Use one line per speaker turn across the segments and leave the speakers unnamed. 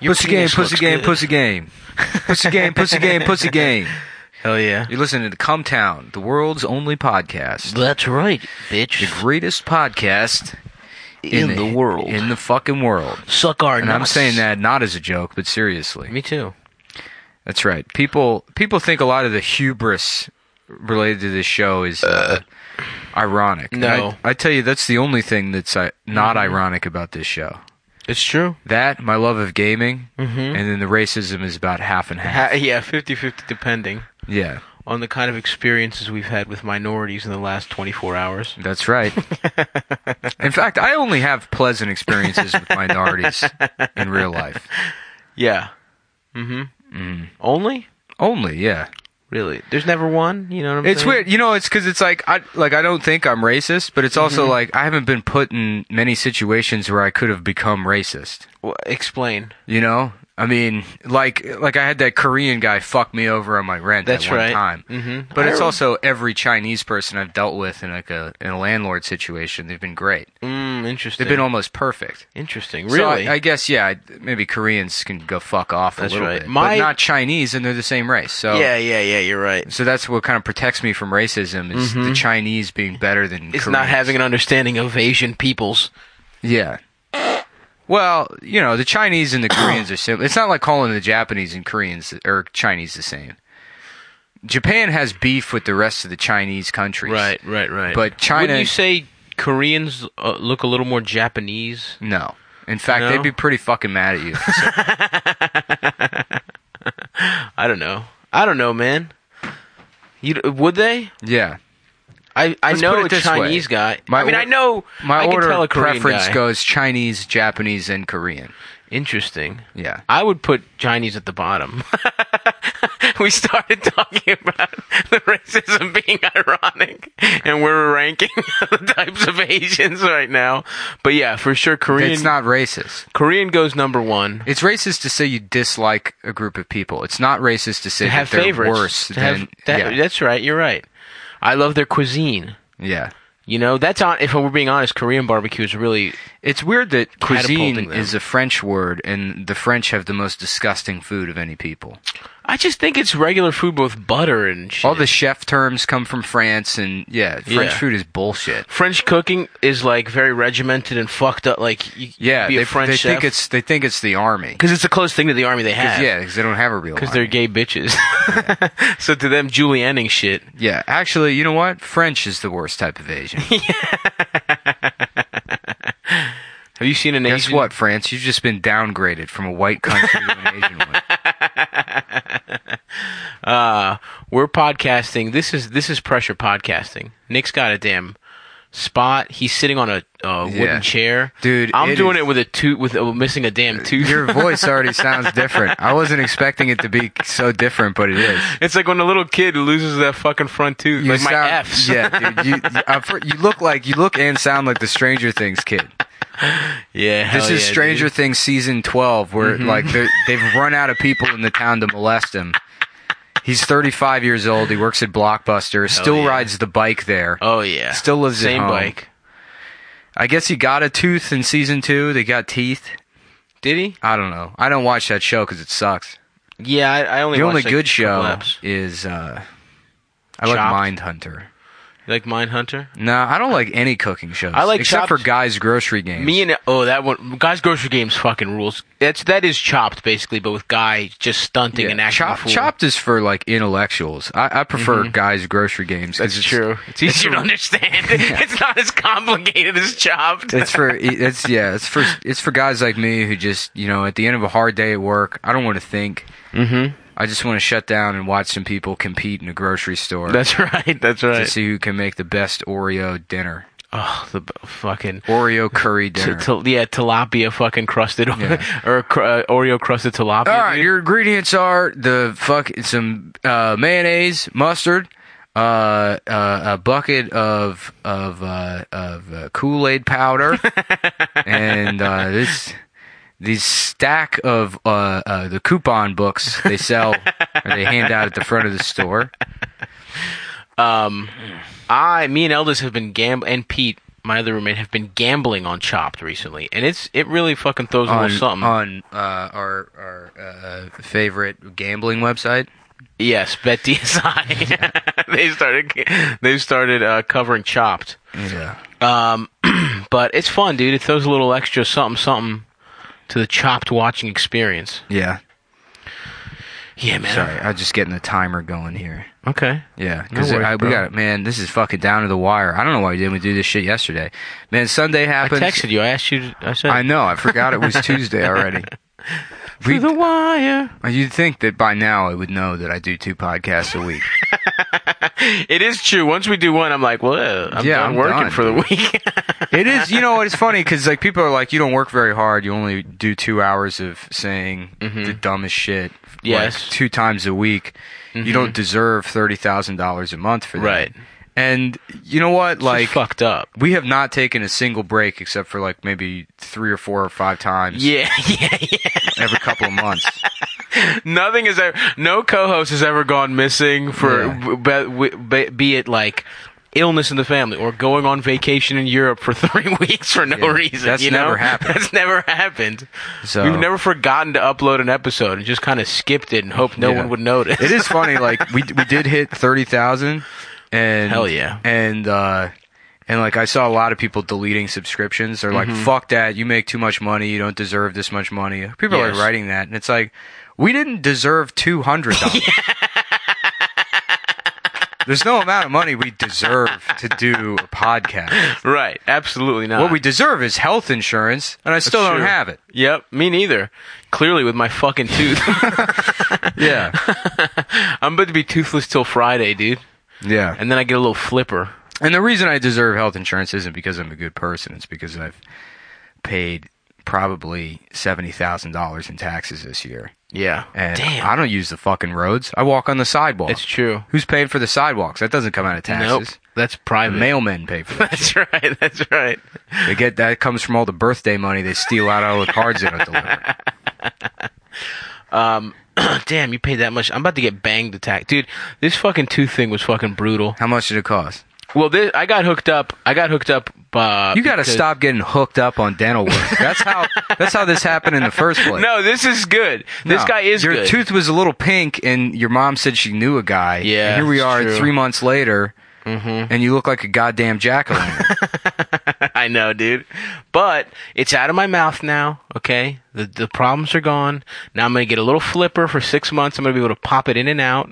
Your
pussy game,
penis
pussy
looks
game,
good.
pussy game, pussy game, pussy game, pussy game.
Hell yeah.
You're listening to Come Town, the world's only podcast,
That's right,
the
bitch.
greatest podcast
In, the, world.
in the fucking world.
Suck our
And I'm
nuts.
saying that not as a joke, but seriously.
Me too.
That's right. People people think a lot of the hubris related to this show is uh, ironic. And
No. Mm-hmm.
I, I tell you, that's the only thing that's uh, not ironic about this show.
It's true.
That, my love of gaming,
Mm-hmm.
and then the racism is about half and half.
Ha- yeah, 50-50 depending
Yeah,
on the kind of experiences we've had with minorities in the last 24 hours.
that's right. in fact, I only have pleasant experiences with minorities in real life.
Yeah. Mm-hmm.
Mm.
Only?
Only, yeah.
Really? There's never one? You know what I'm
It's
saying?
weird, you know. It's because it's like I like I don't think I'm racist, but it's also
Mm-hmm.
like I haven't been put in many situations where I could have become racist.
Well, explain.
You know, I mean, like like I had that Korean guy fuck me over on my rent
That's
at one
right.
time.
Mm-hmm.
But it's also every Chinese person I've dealt with in like a in a landlord situation. They've been great.
Mm, interesting.
They've been almost perfect.
interesting.
So I-
Really?
I, guess yeah. I- Maybe Koreans can go fuck off a
That's
little
right.
bit,
My-
but not Chinese, and they're the same race. So
yeah, yeah, yeah. You're right.
So that's what kind of protects me from racism is the Chinese being better than
Mm-hmm. It's not having an understanding of Asian peoples.
yeah. Well, you know, the Chinese and the Koreans are similar. It's not like calling the Japanese and Koreans or Chinese the same. Japan has beef with the rest of the Chinese countries.
right, right.
But China-
Would you say Koreans uh, look a little more Japanese?
No. In fact,
No?
they'd be pretty fucking mad at you.
I don't know. I don't know, man. You d- would they?
yeah.
I I
Let's put
know
it
a
this
Chinese
way.
guy.
My
I mean,
or-
I know
My
I can
order
tell a
of
Korean
preference
guy.
goes Chinese, Japanese, and Korean.
Interesting.
Yeah.
I would put Chinese at the bottom. we started talking about the racism being ironic, and we're ranking the types of Asians right now. But yeah, for sure, Korean.
It's not racist.
Korean goes number one.
It's racist to say you dislike a group of people. It's not racist to say
To have
that they're
favorites.
worse
to
than
have, that,
yeah.
That's right. You're right. I love their cuisine.
yeah.
You know, that's on. If we're being honest, Korean barbecue is really
It's weird that
Catapulting
cuisine
them.
is a French word, and the French have the most disgusting food of any people.
I just think it's regular food with butter and shit.
All the chef terms come from France, and yeah, French
Yeah.
food is bullshit.
French cooking is like very regimented and fucked up. Like you,
Yeah,
be
they,
a French
they think it's they think it's the army.
because it's the closest thing to the army they
Yeah,
have.
yeah, because they don't have a real.
because
army.
they're gay bitches. so to them, Julianing shit.
yeah, actually, you know what? French is the worst type of Asian.
Have you seen an
Guess
Asian?
what, France? You've just been downgraded from a white country to an Asian one.
Uh, we're podcasting. This is this is pressure podcasting. Nick's got a damn spot. He's sitting on a, a wooden
Yeah.
chair,
Dude,
I'm
it
doing
is-
it with a tooth, with uh, missing a damn tooth.
Your voice already sounds different. I wasn't expecting it to be so different, but it is.
it's like when a little kid loses that fucking front tooth, like my
sound-
F's.
Yeah, dude. You, you, I've heard- you look like you look and sound like the Stranger Things kid. This
yeah. hell
is
yeah, Mm-hmm.
Stranger Things season twelve, where like they're- they've run out of people in the town to molest him. He's 35 years old. He works at Blockbuster. Still
yeah.
rides the bike there.
Oh yeah.
Still lives at
same
home.
bike.
I guess he got a tooth in season two. They got teeth.
Did he?
I don't know. I don't watch that show because it sucks.
Yeah, I, I only
The
watched,
only
like,
good
a
show
couple eps.
is uh, I like
Chopped?
Mindhunter.
You like Mindhunter.
No, I don't like any cooking shows.
I like
except for
Chopped.
Guy's Grocery Games.
Me and oh that one guys grocery games fucking rules. That's that is chopped basically, but with guy just stunting and acting. a
Chop-
fool.
Chopped is for like intellectuals. I, I prefer guys' grocery games. 'cause
Mm-hmm. That's
it's,
true. It's easier to understand. It's not as complicated as chopped.
It's for e, it's yeah. It's for it's for guys like me who just you know at the end of a hard day at work, I don't want to think.
Mm-hmm.
I just want to shut down and watch some people compete in a grocery store
That's right. That's
to
right.
see who can make the best Oreo dinner,
Oh, the b- fucking.
Oreo curry
T-
dinner.
t- yeah, tilapia fucking crusted
Yeah.
or cr- uh, Oreo crusted tilapia.
All right,
dude.
your ingredients are the fuck some uh, mayonnaise, mustard, uh, uh, a bucket of of uh, of uh, Kool Aid powder, and uh, this these stack of uh, uh, the coupon books they sell or they hand out at the front of the store.
Um, I, me and Eldis have been gambling, and Pete my other roommate have been gambling on Chopped recently, and it's it really fucking throws a
on,
little something.
on uh, our our uh, favorite gambling website.
yes, bet DSI. they started they started uh, covering Chopped.
Yeah.
Um, but it's fun, dude. It throws a little extra something something to the Chopped watching experience.
Yeah.
Yeah, man.
Sorry, I'm just getting the timer going here.
Okay.
Yeah,
No
because
worries,
we
bro.
got it, man. This is fucking down to the wire. I don't know why we didn't we do this shit yesterday, man. Sunday
I
happens.
texted you. I asked you. To, I said
I know. I forgot it was Tuesday already.
through the wire.
You'd think that by now I would know that I do two podcasts a week.
It is true. Once we do one, I'm like, well, uh, I'm
Yeah,
done
I'm
working
done,
for the week.
It is, you know, it's funny because like people are like, you don't work very hard. You only do two hours of saying the dumbest shit, like,
Mm-hmm. Yes. Mm-hmm.
two times a week. You don't deserve thirty thousand dollars a month for that,
Right.
And you know what, like.
like fucked up.
We have not taken a single break except for like maybe three or four or five times
Yeah, yeah, yeah.
every couple of months.
Nothing is ever. No co-host has ever gone missing for
Yeah.
w- be, w- be, be it like illness in the family or going on vacation in Europe for three weeks for no
Yeah,
reason.
that's
you know?
never happened.
That's never happened.
So-
We've never forgotten to upload an episode and just kind of skipped it and hoped no
Yeah.
one would notice.
It is funny, like we we did hit thirty thousand, and
Hell yeah.
and uh, and like I saw a lot of people deleting subscriptions. They're like,
Mm-hmm.
"Fuck that! You make too much money. You don't deserve this much money." People are
Yes.
like writing that, and it's like, we didn't deserve two hundred dollars. There's no amount of money we deserve to do a podcast.
right. Absolutely not.
What we deserve is health insurance, and I still don't
Sure.
have it.
Yep, me neither. Clearly, with my fucking tooth,
Yeah,
I'm about to be toothless till Friday, dude.
yeah.
And then I get a little flipper.
And the reason I deserve health insurance isn't because I'm a good person. It's because I've paid probably seventy thousand dollars in taxes this year,
Yeah.
and
Damn.
I don't use the fucking roads. I walk on the sidewalk.
It's true.
Who's paying for the sidewalks? That doesn't come out of
Nope.
taxes.
That's
The
private.
mailmen pay for that.
That's right. That's right.
they get that comes from all the birthday money they steal out of all the cards they don't deliver.
Damn, you paid that much. I'm about to get banged attacked, dude. This fucking tooth thing was fucking brutal.
How much did it cost?
Well, this, I got hooked up. I got hooked up. Uh,
You got to
because-
stop getting hooked up on dental work. That's how. that's how this happened in the first place.
No, this is good. This
No,
guy is
your
good.
tooth was a little pink, and your mom said she knew a guy.
Yeah,
and here we
it's
are
true. Mm-hmm.
three months later, and you look like a goddamn jack o' lantern.
I know, dude. But it's out of my mouth now. Okay, the the problems are gone. Now I'm gonna get a little flipper for six months. I'm gonna be able to pop it in and out.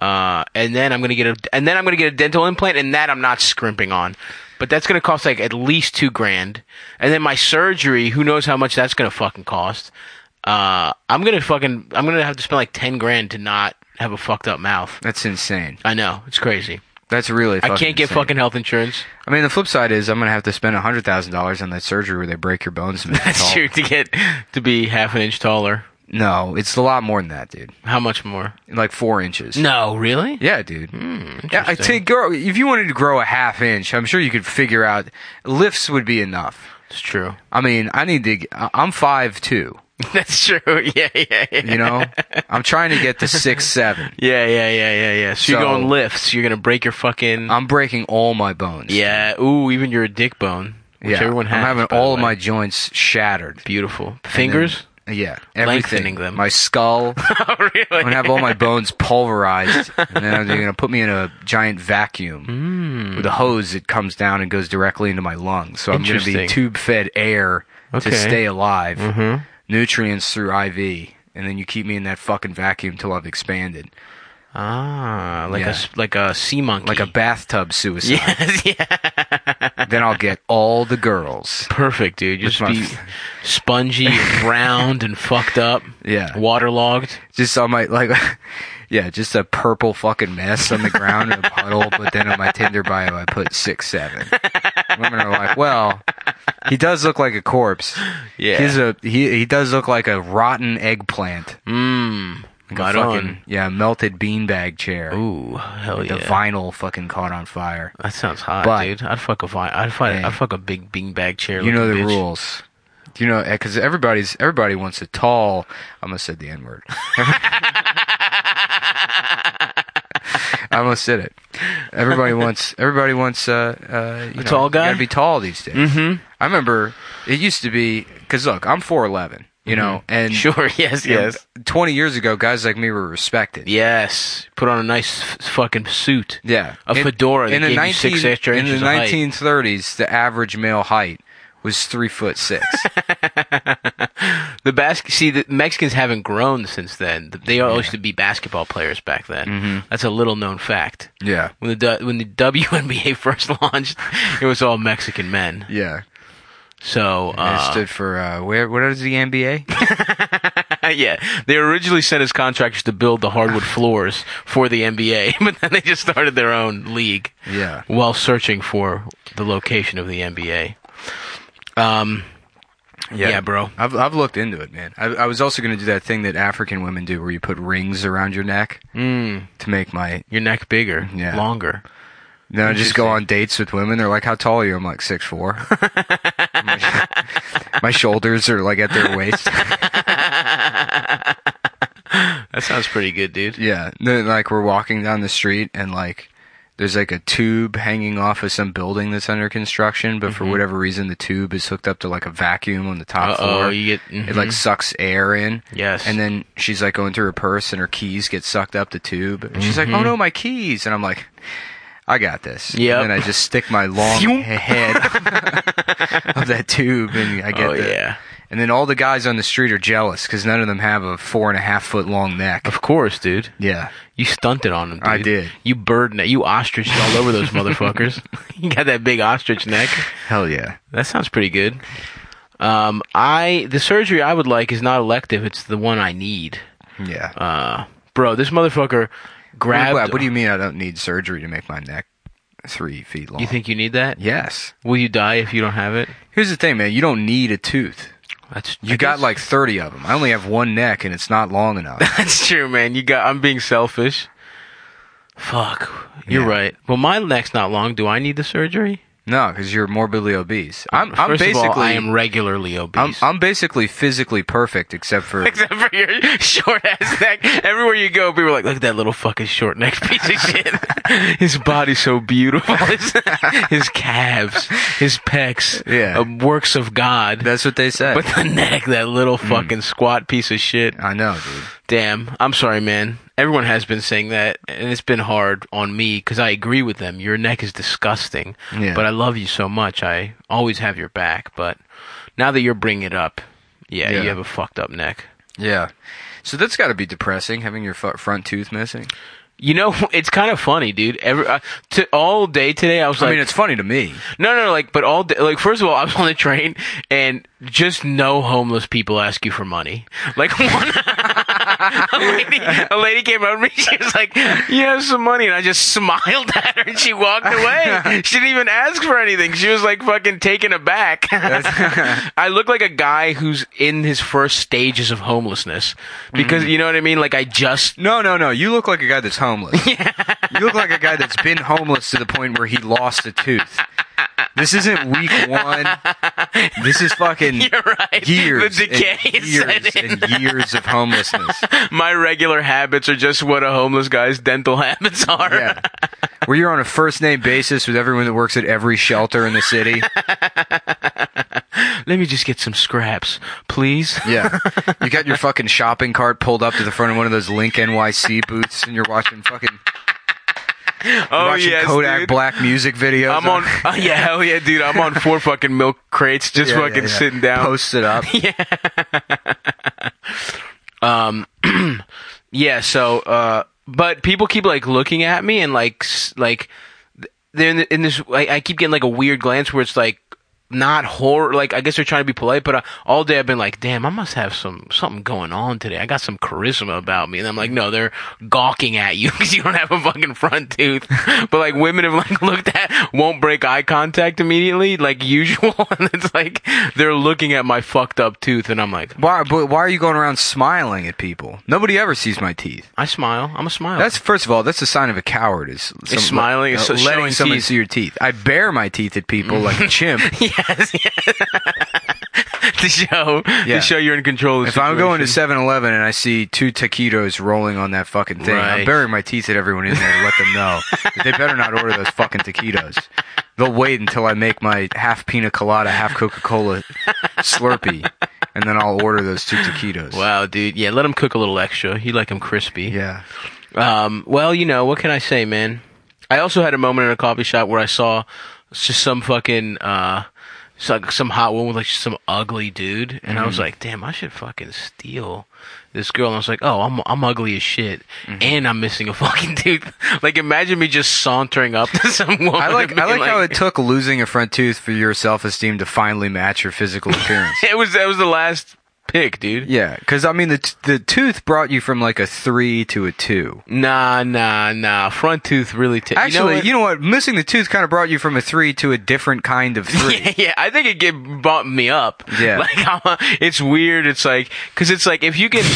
Uh, and then I'm gonna get a and then I'm gonna get a dental implant, and that I'm not scrimping on. But that's gonna cost like at least two grand. And then my surgery, who knows how much that's gonna fucking cost. Uh, I'm gonna fucking I'm gonna have to spend like ten grand to not have a fucked up mouth.
That's insane.
I know it's crazy.
That's really.
I can't get
insane.
fucking health insurance.
I mean, the flip side is I'm gonna have to spend hundred thousand dollars on that surgery where they break your bones. And make you
That's
tall.
true to get to be half an inch taller.
No, it's a lot more than that, dude.
How much more?
Like four inches.
No, Hmm, really?
Yeah, dude. yeah, I take girl. If you wanted to grow a half inch, I'm sure you could figure out. Lifts would be enough.
It's true.
I mean, I need to. I- I'm five two.
That's true. Yeah, yeah, yeah.
You know, I'm trying to get to six seven.
Yeah, yeah, yeah, yeah, yeah. So, you're
So-
going lifts. You're gonna break your fucking.
I'm breaking all my bones.
yeah. Ooh, even your dick bone, which
Yeah.
everyone has.
I'm having
by the
all of
way.
my joints shattered.
beautiful fingers.
Yeah, everything.
Lengthening them.
My skull. I'm
oh, really?
gonna have all my bones pulverized, and then they're gonna put me in a giant vacuum
Hmm.
with a hose that comes down and goes directly into my lungs. So I'm gonna be
Interesting.
tube-fed air
Okay. Mm-hmm.
to stay alive. Nutrients through IV, and then you keep me in that fucking vacuum till I've expanded,
ah, like
Yeah.
a s- like a sea monkey.
like a bathtub suicide.
Yes, yeah.
Then I'll get all the girls.
Perfect, dude. Just
Which
be
one?
spongy, and round, and fucked up.
Yeah.
Waterlogged.
just on my like yeah just a purple fucking mess on the ground in a puddle but then on my tinder bio i put six seven women are like well he does look like a corpse
Yeah.
he's a he, he does look like a rotten eggplant
Mmm.
like
Right
a fucking
on.
yeah melted beanbag chair
Ooh, hell
the
yeah.
vinyl fucking caught on fire
That sounds hot,
But-
dude. I'd fuck a vi- I'd fuck,
Hey.
I'd fuck a big beanbag chair.
you know the
looking bitch.
rules you know because everybody's everybody wants a tall i almost said the n word I almost said it. Everybody wants. Everybody wants. Uh, uh, you know,
tall
you gotta
guy?
be tall these days. Mm-hmm. I remember it used to be because look, I'm four eleven. You know, and
Mm-hmm. Sure. Yes. Yes.
twenty years ago, guys like me were respected.
Yes. Put on a nice f- fucking suit.
Yeah,
A fedora that gave you six extra
in the
inches of height.
1930s, the average male height was three foot six.
The bas- see the Mexicans haven't grown since then. They all used to be basketball players back then.
Mm-hmm.
That's a little known fact.
yeah,
When the du- when the WNBA first launched, it was all Mexican men.
yeah.
So
And it
uh,
stood for uh, where? What is the NBA?
uh, yeah, they originally sent as contractors to build the hardwood floors for the NBA, but then they just started their own league.
Yeah.
While searching for the location of the NBA. Um. Yeah, bro.
I've I've looked into it, man. I, I was also going to do that thing that African women do, where you put rings around your neck to make my.
Your neck bigger,
Mm. Yeah.
longer.
No, I just go on dates with women. They're like, "How tall are you?" I'm like, six four. my, my shoulders are like at their waist.
That sounds pretty good, dude.
Yeah. Then, like, we're walking down the street and, like, there's like a tube hanging off of some building that's under construction, but for whatever reason, the tube is hooked up to like a vacuum on the top
Uh-oh,
floor.
you get- mm-hmm.
It like sucks air in.
Yes.
And then she's like going through her purse and her keys get sucked up the tube. And She's like, oh no, my keys. And I'm like, I got this.
Mm-hmm. Yep.
And then I just stick my long
Phew.
head of that tube and I get
Oh,
the-
yeah.
And then all the guys on the street are jealous because none of them have a four and a half foot long neck.
Of course, dude.
Yeah.
You stunted on them. Dude.
I did.
You bird neck. You ostriched all over those motherfuckers. you got that big ostrich neck.
Hell yeah.
That sounds pretty good. Um, I the surgery I would like is not elective. It's the one I need.
Yeah.
Uh, bro, this motherfucker
Wait,
grabbed.
what, what do you mean I don't need surgery to make my neck three feet long?
You think you need that?
Yes.
Will you die if you don't have it?
Here's the thing, man. You don't need a tooth.
That's
You
I
got
guess-
like 30 of them. I only have one neck and it's not long enough.
That's true, man. You got. I'm being selfish. Fuck. You're
Yeah.
right. Well, my neck's not long. Do I need the surgery?
no, because you're morbidly obese. I'm, I'm
First
basically.
of all, I am regularly obese.
I'm, I'm basically physically perfect except for.
except for your short ass neck. Everywhere you go, people are like, look at that little fucking short neck piece of shit. his body's so beautiful. His, his calves, his pecs,
Yeah.
uh, works of God.
That's what they said.
but the neck, that little
Mm.
fucking squat piece of shit.
I know, dude.
Damn, I'm sorry, man. Everyone has been saying that, and it's been hard on me because I agree with them. Your neck is disgusting,
Yeah.
but I love you so much. I always have your back, but now that you're bringing it up, yeah,
Yeah.
you have a fucked up neck.
Yeah. So that's got to be depressing, having your fu- front tooth missing.
You know, it's kind of funny, dude. Every uh, to, all day today, I was
I
like,
mean, it's funny to me.
no, no, like, but all day, like, first of all, I was on the train, and just no homeless people ask you for money. Like one, a lady, a lady came over to me. She was like, "You have some money," and I just smiled at her, and she walked away. She didn't even ask for anything. She was like fucking taken aback. I look like a guy who's in his first stages of homelessness because you know what I mean. Like, I just
No, no, no. You look like a guy that's homeless. you look like a guy that's been homeless to the point where he lost a tooth. This isn't week one. This is fucking
You're right.
years,
The decay
and
is
years,
setting
and years of homelessness.
my regular habits are just what a homeless guy's dental habits are.
Yeah, where you're on a first name basis with everyone that works at every shelter in the city.
Let me just get some scraps, please.
Yeah, you got your fucking shopping cart pulled up to the front of one of those Link NYC booths, and you're watching fucking
oh
watching
yes,
Kodak
dude.
Black music videos.
I'm on. oh, yeah, hell yeah, dude. I'm on four fucking milk crates, just
Yeah, yeah,
fucking
yeah.
sitting down.
Post it up.
Yeah. So, uh, but people keep like looking at me and like s- like th- they're in, in this. I, I keep getting like a weird glance where it's like not horror. Like I guess they're trying to be polite, but uh, all day I've been like, damn, I must have some something going on today. I got some charisma about me, and I'm like, no, they're gawking at you because you don't have a fucking front tooth. but like women have like looked at, won't break eye contact immediately, like usual, and it's like they're looking at my fucked up tooth, and I'm like,
Why? But why are you going around smiling at people? Nobody ever sees my teeth.
I smile. I'm a smile.
That's first of all. That's a sign of a coward. Is some,
Oh.
uh,
smiling, so-
letting
showing
someone
teeth.
see your teeth? I bare my teeth at people like a chimp.
Yeah, Yes. to show
Yeah.
to show you're in control of the
If I'm going to
situation.
7 Eleven and I see two taquitos rolling on that fucking thing, I'm
Right.
burying my teeth at everyone in there to let them know that they better not order those fucking taquitos. They'll wait until I make my half pina colada, half Coca Cola Slurpee, and then I'll order those two taquitos.
Wow, dude. Yeah, let them cook a little extra. You like them crispy.
Yeah.
Um, well, you know, what can I say, man? I also had a moment in a coffee shop where I saw just some fucking, uh, it's like some hot one with like some ugly dude, and
Mm-hmm.
I was like, "Damn, I should fucking steal this girl." And I was like, "Oh, I'm I'm ugly as shit,
Mm-hmm.
and I'm missing a fucking dude." like, imagine me just sauntering up to some woman.
I like
and
I
being
like how it took losing a front tooth for your self esteem to finally match your physical appearance.
it was that was the last pick, dude.
yeah, because I mean the t- the tooth brought you from like a three to a two.
Nah, nah, nah. Front tooth really. T-
Actually,
you know what?
you know what? Missing the tooth kind of brought you from a three to a different kind of three.
Yeah, yeah, I think it get bumped me up.
Yeah.
like I'm a, it's weird. It's like because it's like if you get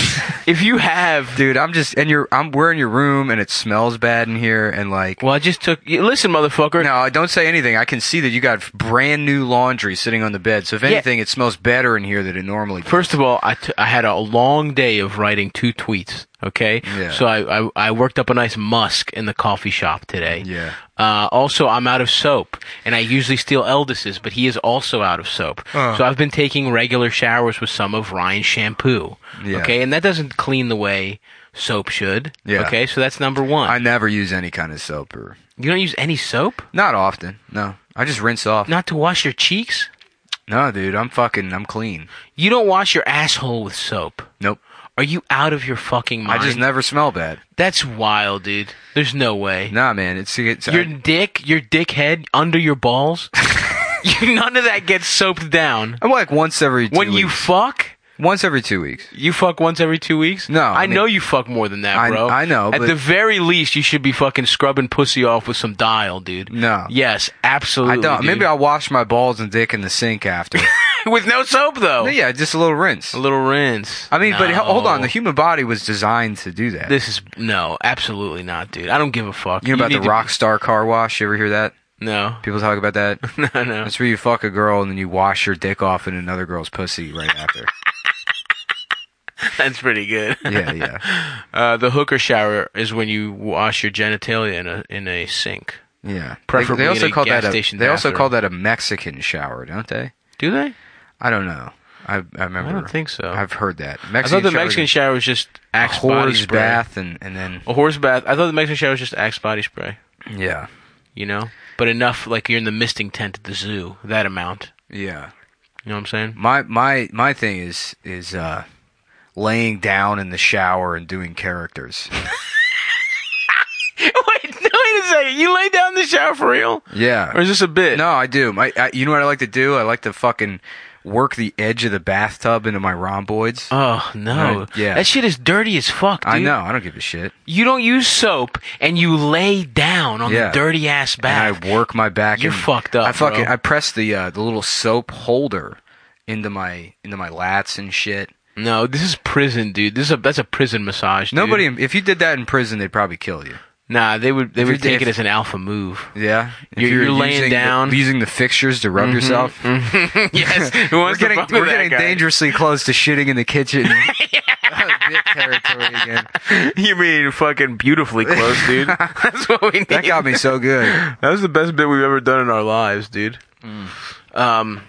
if you have.
Dude, I'm just and you're I'm we're in your room and it smells bad in here and like
Well, I just took. you- Listen, motherfucker.
no, don't say anything. I can see that you got brand new laundry sitting on the bed. So if anything, it smells better in here than it normally does.
First of all, I, t- I had a long day of writing two tweets. Okay,
Yeah.
so I, I I worked up a nice musk in the coffee shop today.
Yeah.
Uh, also, I'm out of soap, and I usually steal Eldis's, but he is also out of soap.
Uh.
So I've been taking regular showers with some of Ryan's shampoo.
Yeah.
Okay, and that doesn't clean the way soap should.
Yeah.
Okay, so that's number one.
I never use any kind of soap or
You don't use any soap?
not often. No. I just rinse off.
Not to wash your cheeks?
No, dude, I'm fucking I'm clean.
You don't wash your asshole with soap.
Nope.
Are you out of your fucking mind?
I just never smell bad.
That's wild, dude. There's no way.
Nah, man, it's it's
Your dick, your dickhead under your balls? you, none of that gets soaped down.
I'm like once every two
When you
weeks.
fuck,
once every two weeks.
you fuck once every two weeks?
No,
I,
I mean-
know you fuck more than that,
I-
bro.
I know,
At
but-
the very least, you should be fucking scrubbing pussy off with some dial, dude.
No.
Yes,
I
absolutely.
don't. Maybe
dude.
I'll wash my balls and dick in the sink after.
With no soap, though.
But yeah, just a little rinse.
A little rinse.
I mean, but
No.
h- hold on. The human body was designed to do that.
This is no, absolutely not, dude. I don't give a fuck.
you know about
need
the
to-
rock star car wash? You ever hear that?
No,
People talk about that.
no, no.
That's where you fuck a girl and then you wash your dick off in another girl's pussy right after.
That's pretty good.
yeah, yeah,
Uh, the hooker shower is when you wash your genitalia in a in a sink.
yeah.
Preferably
they also
in a
call
gas
that a, they
station
also
bathroom.
call that a Mexican shower, don't they?
Do they?
I don't know. I I remember.
I don't think so.
I've heard that.
I thought
Mexican
the
shower
Mexican
is
shower was just
a
Axe body
whore's
spray.
bath and and then
A horse bath. I thought the Mexican shower was just Axe body spray.
yeah,
You know, but enough like you're in the misting tent at the zoo. That amount.
yeah.
You know what I'm saying?
My my my thing is is uh laying down in the shower and doing characters.
wait, wait a second. You lay down in the shower for real,
Yeah.
or is this a bit?
No, I do. My, I, you know what I like to do? I like to fucking work the edge of the bathtub into my rhomboids.
Oh no!
Right, yeah.
that shit is dirty as fuck, dude.
I know. I don't give a shit.
You don't use soap, and you lay down on
Yeah.
the dirty ass
And
bath.
I work my back.
You're
and
fucked up,
I fucking
bro.
I press the uh, the little soap holder into my into my lats and shit.
no, this is prison, dude. This is a that's a prison massage. Dude.
Nobody. in- If you did that in prison, they'd probably kill you.
Nah, they would they
If
would
you're-
take it
if-
as an alpha move.
Yeah. If
You're-
you're
you're laying
using
down. Mm-hmm.
the, using the fixtures to rub yourself.
yes, who
We're
wants
getting
to fuck
we're
with that
getting
guy?
dangerously close to shitting in the kitchen. Bit territory again.
You mean fucking beautifully close, dude? that's what we need.
That got me so good.
That was the best bit we've ever done in our lives, dude. Um,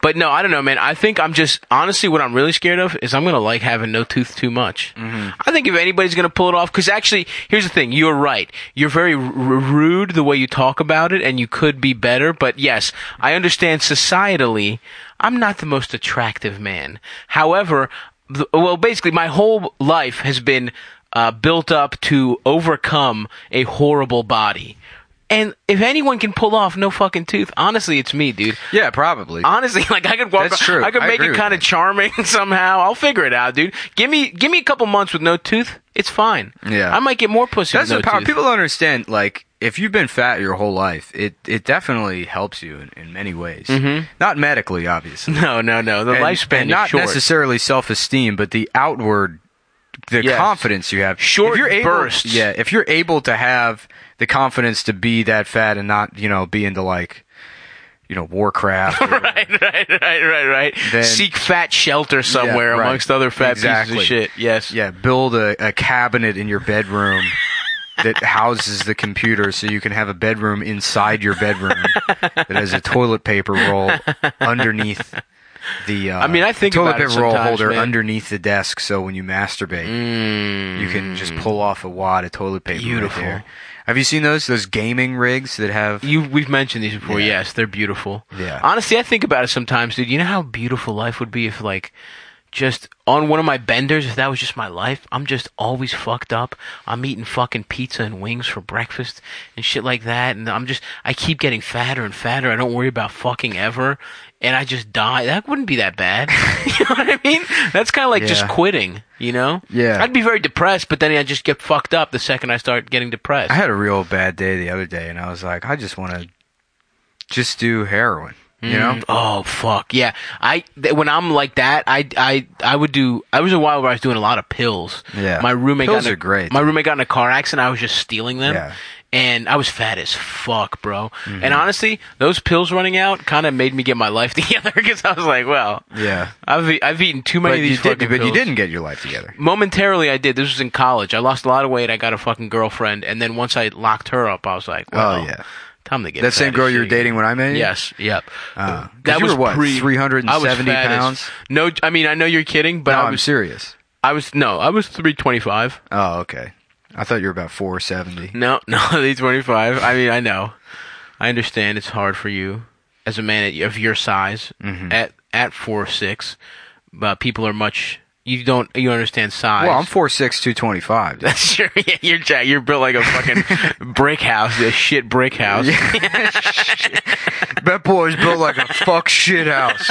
but no, I don't know, man. I think I'm just honestly what I'm really scared of is I'm gonna like having no tooth too much. I think if anybody's gonna pull it off, because actually, here's the thing: you're right. You're very r- rude the way you talk about it, and you could be better. But yes, I understand societally, I'm not the most attractive man. However, the, well, basically, my whole life has been uh, built up to overcome a horrible body. And if anyone can pull off no fucking tooth, honestly, it's me, dude.
Yeah, probably.
Honestly, like I could walk.
That's true.
I could
I
make
agree
it
with
kind of
that.
charming somehow. I'll figure it out, dude. Give me give me a couple months with no tooth. It's fine.
Yeah.
I might get more pussy.
That's
with no
the power.
Tooth.
People don't understand. Like, if you've been fat your whole life, it it definitely helps you in, in many ways. Not medically, obviously.
No, no, no. Mm-hmm. The
And-
lifespan
and not
is short.
necessarily self esteem, but the outward, the
Yes.
confidence you have.
Short
if you're able,
bursts.
Yeah, if you're able to have the confidence to be that fat and not, you know, be into like. you know, Warcraft. or-
Right, right, right, right, right.
Then-
Seek fat shelter somewhere
right.
amongst other fat
Exactly.
pieces of shit. Yes.
Yeah, build a, a cabinet in your bedroom that houses the computer so you can have a bedroom inside your bedroom that has a toilet paper roll underneath the uh,
I mean, I think
toilet
about it
paper roll
sometimes,
holder
man.
underneath the desk so when you masturbate
Mm.
you can just pull off a wad of toilet paper right
Beautiful.
there. Have you seen those those gaming rigs that have
You, we've mentioned these before.
Yeah.
Yes, they're beautiful.
Yeah.
Honestly, I think about it sometimes, dude. You know how beautiful life would be if, like, just on one of my benders, if that was just my life, I'm just always fucked up. I'm eating fucking pizza and wings for breakfast and shit like that. And I'm just, I keep getting fatter and fatter. I don't worry about fucking ever. And I just die. That wouldn't be that bad. you know what I mean? That's kind of like just
Yeah.
quitting, you know?
Yeah.
I'd be very depressed, but then I just get fucked up the second I start getting depressed.
I had a real bad day the other day and I was like I just want to just do heroin you know
Oh fuck yeah! I th- when I'm like that, I I I would do. I was a while where I was doing a lot of pills.
Yeah.
my roommate
Pills
got in a,
are great,
My
dude.
roommate got in a car accident. I was just stealing them.
Yeah. Mm-hmm.
And I was fat as fuck, bro. And honestly, those pills running out kind of made me get my life together because I was like, well,
yeah
I've e- I've eaten too many
but
of
you
these
did
fucking
but you
pills.
didn't get your life together
Momentarily, I did. This was in college. I lost a lot of weight. I got a fucking girlfriend, and then once I locked her up, I was like, well,
Oh, yeah.
time to get
That same
fat as
girl you were
shit again.
dating when I met you?
Yes. Yep.
Uh, 'cause you were what, 370
I was fat as-
pounds?
no, I mean I know you're kidding, but
No,
I
I'm
was
serious.
I was no, I was three twenty five.
Oh, okay. I thought you were about 470.
No, no, three twenty five. I mean I know, I understand it's hard for you as a man at, of your size at at four six, but people are much. You don't you understand size.
Well, I'm 4'6", 225. dude.
Sure, yeah, you're jack. You're built like a fucking brick house, a shit brick house.
that boy's built like a fuck shit house.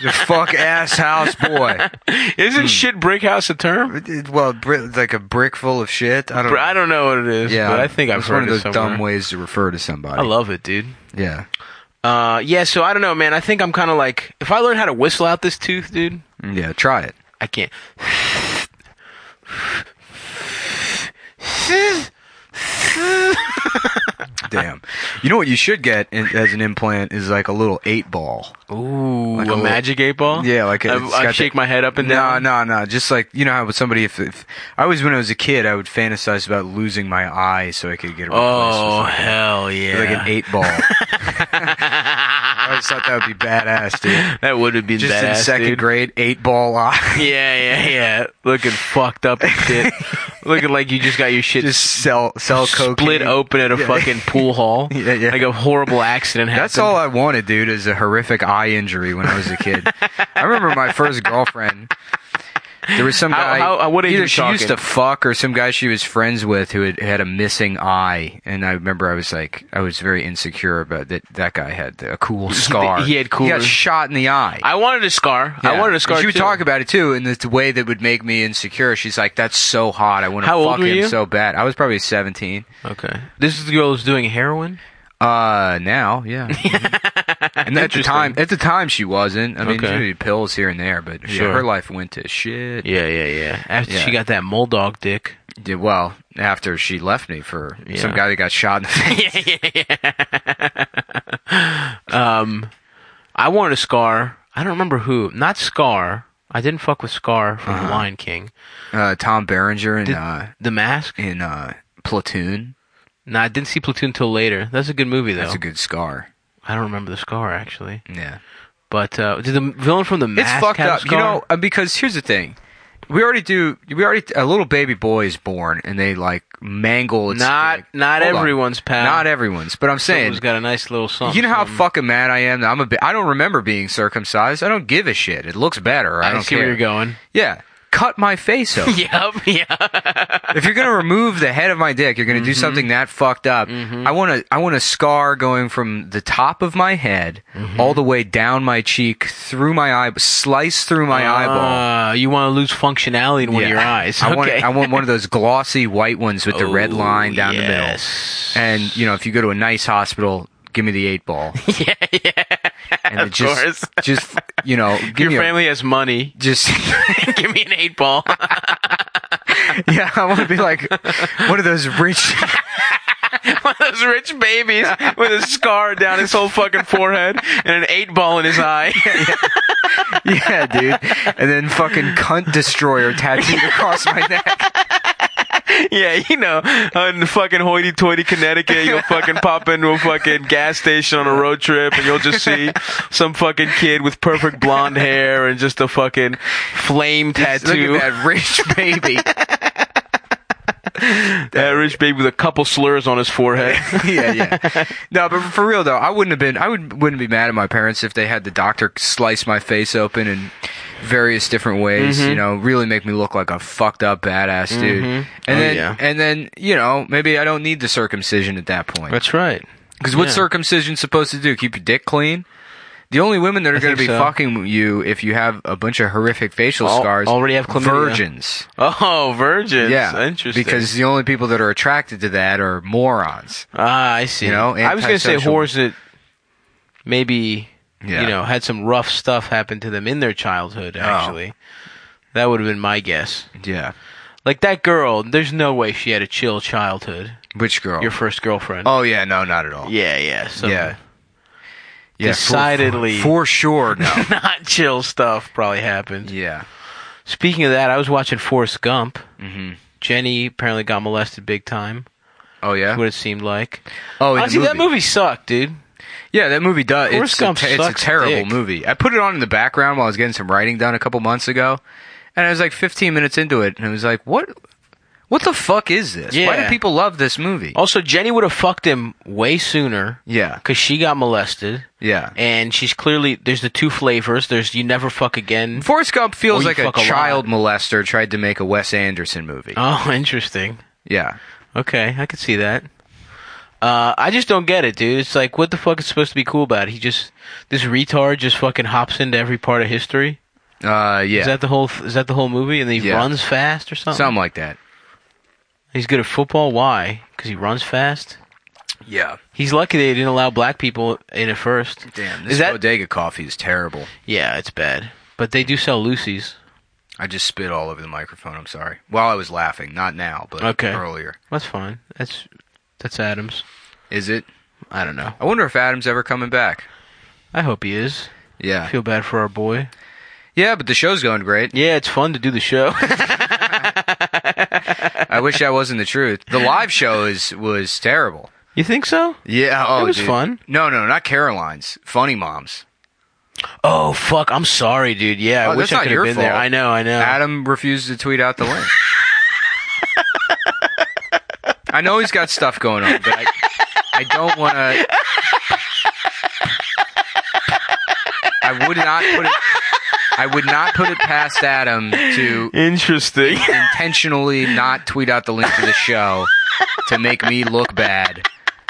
The fuck ass house boy.
Isn't shit brick house a term?
It- it- Well, bri- it's like a brick full of shit. I don't
Br- I don't know what it is,
Yeah,
but I think I've
it's
heard
one of those
it somewhere.
dumb ways to refer to somebody.
I love it, dude.
yeah.
Uh, yeah, so I don't know, man. I think I'm kind of like, if I learn how to whistle out this tooth, dude,
Yeah, try it.
I can't.
Damn. You know what you should get in, as an implant is like a little eight ball.
Ooh,
Like a
a,
little-
magic eight ball?
Yeah, like
I,
it's got
I
that-
shake my head up and
No,
down.
no, no. Just like you know how with somebody, if, if I always when I was a kid, I would fantasize about losing my eye so I could get a
Oh,
replacement,
hell yeah.
like an eight ball. I always thought that would be badass, dude.
That would have been
Just in
badass,
second
dude.
grade, eight ball eye,
Yeah, yeah, yeah. Looking fucked up and shit. Looking like you just got your shit
just sell sell cocaine.
split open at a
Yeah.
fucking pool hall.
Yeah, yeah.
Like a horrible accident happened.
That's all I wanted, dude, is a horrific eye injury when I was a kid. I remember my first girlfriend. There was some
How-
guy.
how- what age
either
you
she used
talking?
to fuck or some guy she was friends with who had, had a missing eye, and I remember I was like, I was very insecure about that. That guy had a cool scar.
he had
He
cooler-
got shot in the eye.
I wanted a scar. I
Yeah.
wanted a
And
scar.
She would
too.
talk about it too, in this way that would make me insecure. She's like, "That's so hot. I want to
How old
fuck
were
him
you?
so bad." I was probably seventeen.
Okay. This is the girl who's doing heroin?
Uh, now, yeah. Mm-hmm. and at the
Interesting.
time, at the time, she wasn't. I mean,
Okay.
she did pills here and there, but yeah,
Sure.
her life went to shit.
Yeah, yeah, yeah. After
Yeah.
she got that mole dog dick.
Did well after she left me for
Yeah.
some guy that got shot in the face.
yeah, yeah, yeah. um, I wanted a scar. I don't remember who. Not Scar. I didn't fuck with Scar from
Uh-huh.
The Lion King.
Uh, Tom Berenger in
Did-
uh,
The Mask.
in uh, Platoon.
No, I didn't see Platoon till later. That's a good movie though.
That's a good scar.
I don't remember the scar actually.
Yeah,
But uh, did the villain from The Mask
it's fucked
have a
up. You
scar?
know, uh, because here's the thing. We already do. We already a little baby boy is born, and they like mangle. Its
Not-
dick.
not
Hold on.
everyone's, pal.
Not everyone's, but I'm saying
Someone's got a nice little something.
You know how
something.
fucking mad I am. that I'm a. Bi- I don't remember being circumcised. I don't give a shit. It looks better. I
I
don't
see
care.
where you're going.
Yeah, cut my face off.
yep. Yeah.
if you're gonna remove the head of my dick, you're gonna
Mm-hmm.
do something that fucked up. I want to. I want a scar going from the top of my head
Mm-hmm.
all the way down my cheek, through my eye, slice through my eyeball.
Uh, you want to lose functionality in one of
Yeah.
your eyes.
I want.
okay.
I want one of those glossy white ones with the red
Oh,
line down
yes.
the middle. And you know, if you go to a nice hospital. Give me the eight ball,
yeah, yeah.
and
Of
it just,
course.
just you know, give
Your
me a-
family has money.
just
Give me an eight ball.
Yeah, I want to be like one of those rich,
one of those rich babies with a scar down his whole fucking forehead and an eight ball in his eye.
yeah, dude. And then fucking cunt destroyer tattooed across my neck.
yeah, you know, in fucking hoity-toity Connecticut, you'll fucking pop into a fucking gas station on a road trip, and you'll just see some fucking kid with perfect blonde hair and just a fucking flame tattoo.
Look at that rich baby.
that rich baby with a couple slurs on his forehead.
yeah, yeah. No, but for real though, I wouldn't have been. I would wouldn't be mad at my parents if they had the doctor slice my face open in various different ways.
Mm-hmm.
You know, really make me look like a fucked up badass dude. And
Oh,
then,
yeah.
and then, you know, maybe I don't need the circumcision at that point.
That's right.
Because what's
yeah.
circumcision supposed to do? Keep your dick clean. The only women that are going to be
think so.
fucking you if you have a bunch of horrific facial
Al-
scars
already have chlamydia.
virgins.
Oh, virgins.
yeah,
interesting.
Because the only people that are attracted to that are morons.
ah, I see.
You know,
I was gonna say
antisocial-
whores that maybe
Yeah. Oh.
you know had some rough stuff happen to them in their childhood. Actually, that would have been my guess.
Yeah.
Like that girl, there's no way she had a chill childhood.
Which girl?
Your first girlfriend.
oh yeah, no, not at all.
yeah, yeah. So
Yeah. Yeah, for-
Decidedly.
for, for sure. No.
not chill stuff probably happened.
yeah.
Speaking of that, I was watching Forrest Gump.
hmm
Jenny apparently got molested big time.
Oh yeah.
That's what it seemed like.
Oh, in the
Honestly, that movie sucked, dude.
Yeah, that movie does.
Forrest
It's, a
Gump
te- it's a
sucks
terrible
dick.
movie. I put it on in the background while I was getting some writing done a couple months ago, and I was like 15 minutes into it, and I was like, "What? What the fuck is this? Why do
Yeah. Oh.
people love this movie?"
Also, Jenny would have fucked him way sooner
yeah,
because she got molested,
yeah.
and she's clearly there's the two flavors. There's you never fuck again.
Forrest Gump
Or
feels
Oh, you
like a
fuck a lot.
child molester tried to make a Wes Anderson movie.
Oh, interesting.
yeah,
Okay, I could see that. Uh, I just don't get it, dude. It's like, what the fuck is supposed to be cool about? it? He just this retard just fucking hops into every part of history.
uh, yeah,
Is that the whole? Is that the whole movie? And then he
Yeah.
runs fast or something.
something like that.
He's good at football. Why? Because he runs fast.
Yeah,
He's lucky they didn't allow black people in at first.
damn,
Is
this
that-
bodega coffee is terrible.
Yeah, it's bad. But they do sell Lucy's.
I just spit all over the microphone. I'm sorry. While I was laughing, not now, but
Okay.
earlier.
That's fine. That's that's Adams.
Is it?
I don't know.
I wonder if Adam's ever coming back.
I hope he is.
Yeah.
I feel bad for our boy.
Yeah, but the show's going great.
Yeah, it's fun to do the show.
I wish that wasn't the truth. The live show is was terrible.
you think so?
Yeah, oh,
was
dude.
fun.
No, no, not Caroline's. Funny Moms.
Oh fuck! I'm sorry, dude. Yeah,
Oh,
I
that's
wish I
not
could have
your
been there.
fault.
I know. I know.
Adam refused to tweet out the link. I know he's got stuff going on, but I, I don't want to. I would not put it. I would not put it past Adam to
Interesting.
intentionally not tweet out the link to the show to make me look bad,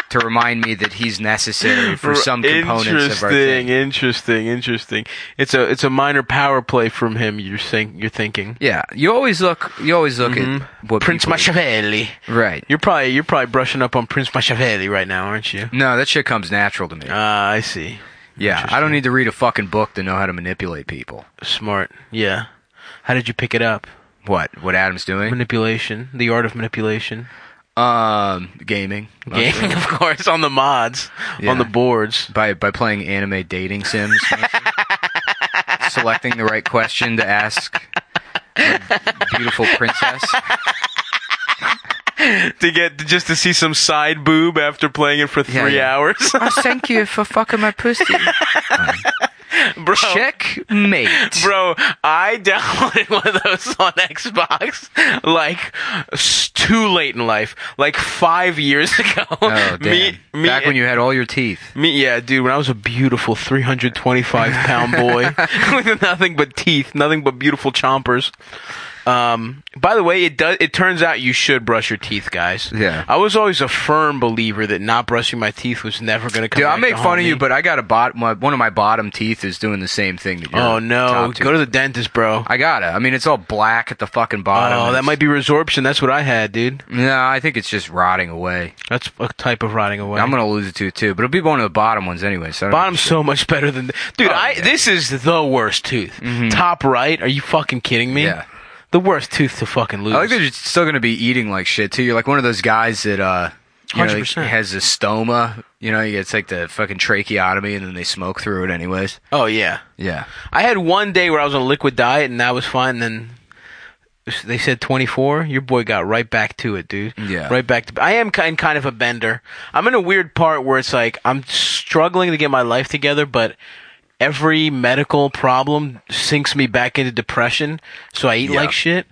to remind me that he's necessary for some components of our
Interesting.
thing.
Interesting. Interesting. It's a it's a minor power play from him. You're saying you're thinking.
Yeah, you always look. You always look at what
Mm-hmm. Prince
people-
Machiavelli.
Right.
You're probably you're probably brushing up on Prince Machiavelli right now, aren't you?
No, that shit comes natural to me.
Ah, I see.
yeah, I don't need to read a fucking book to know how to manipulate people.
Smart. Yeah. How did you pick it up?
What? What Adam's doing?
Manipulation. The art of manipulation.
Um, gaming.
Gaming, of course, on the mods,
Yeah.
on the boards.
by by playing anime dating sims, mostly. selecting the right question to ask. a Beautiful princess.
to get just to see some side boob after playing it for
Yeah,
three
yeah.
hours.
Oh, Thank you for fucking my pussy.
bro,
Checkmate.
bro, I downloaded one of those on Xbox like s- too late in life, like five years ago.
Oh, damn. Back when you had all your teeth.
me, yeah, dude, when I was a beautiful 325 pound boy with nothing but teeth, nothing but beautiful chompers. Um, by the way, it does. It turns out you should brush your teeth, guys.
Yeah.
I was always a firm believer that not brushing my teeth was never going to come.
Dude, I
back
make
to
fun
haunt
of you,
me.
but I got a bot. My, one of my bottom teeth is doing the same thing that your
Oh no!
top tooth-
Go to the dentist, bro.
I gotta. I mean, it's all black at the fucking bottom.
Oh, that
It's-
might be resorption. That's what I had, dude.
No, I think it's just rotting away.
That's a type of rotting away.
I'm gonna lose a tooth too, but it'll be one of the bottom ones anyway. So I don't
Bottom's so much better than dude.
Oh,
I
yeah. Mm-hmm.
this is the worst tooth. Top right? Are you fucking kidding me?
Yeah.
The worst tooth to fucking lose.
I like that you're still gonna be eating like shit too. You're like one of those guys that uh You know, it
100%.
has a stoma. You know, it's like the fucking tracheotomy, and then they smoke through it anyways.
Oh yeah.
Yeah.
I had one day where I was on a liquid diet and that was fine. And then they said 24. Your boy got right back to it, dude.
Yeah.
Right back to. I am kind kind of a bender. I'm in a weird part where it's like I'm struggling to get my life together, but every medical problem sinks me back into depression. So I eat
Yeah.
like shit,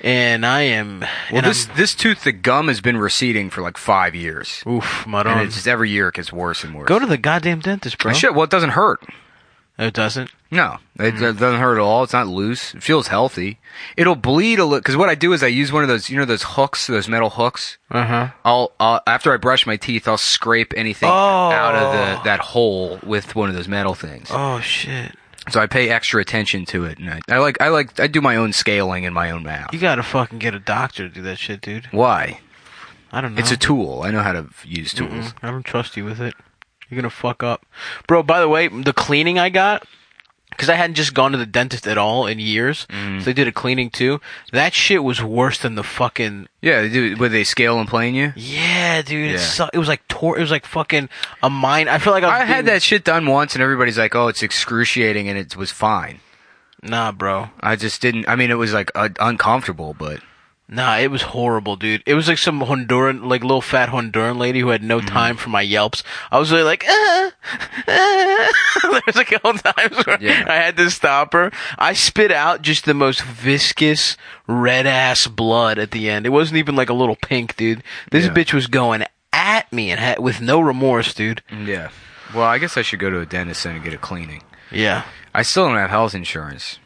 and I am.
Well,
and
this this tooth, the gum, has been receding for like five years,
I'm, oof, my
and
arm.
it's just every year it gets worse and worse.
Go to the goddamn dentist, bro.
And shit. Well, it doesn't hurt.
It doesn't.
No,
Hmm.
it, it doesn't hurt at all. It's not loose. It feels healthy. It'll bleed a little. Because what I do is I use one of those, you know, those hooks, those metal hooks.
Uh huh.
I'll, I'll after I brush my teeth, I'll scrape anything out of
Oh.
the, that hole with one of those metal things.
Oh shit.
So I pay extra attention to it, and I, I like I like I do my own scaling and my own math.
You gotta fucking get a doctor to do that shit, dude.
Why?
I don't know.
It's a tool. I know how to use tools.
Mm, I don't trust you with it. You're gonna fuck up, bro. By the way, the cleaning I got because I hadn't just gone to the dentist at all in years,
Mm.
so they did a cleaning too. That shit was worse than the fucking
Yeah, they do. Would they scale and plane you?
yeah, dude. It,
Yeah.
su- it was like tor- It was like fucking a mine. I feel like I, was
I had
being-
that shit done once, and everybody's like, "Oh, it's excruciating," and it was fine.
Nah, bro.
I just didn't. I mean, it was like uh, uncomfortable, but
Nah, it was horrible, dude. It was like some Honduran, like little fat Honduran lady who had no
Mm-hmm.
time for my yelps. I was really like, ah, ah. there was a couple times where
Yeah.
I had to stop her. I spit out just the most viscous red ass blood at the end. It wasn't even like a little pink, dude. This
Yeah.
bitch was going at me and had, with no remorse, dude.
yeah. Well, I guess I should go to a dentist then and get a cleaning.
Yeah.
I still don't have health insurance.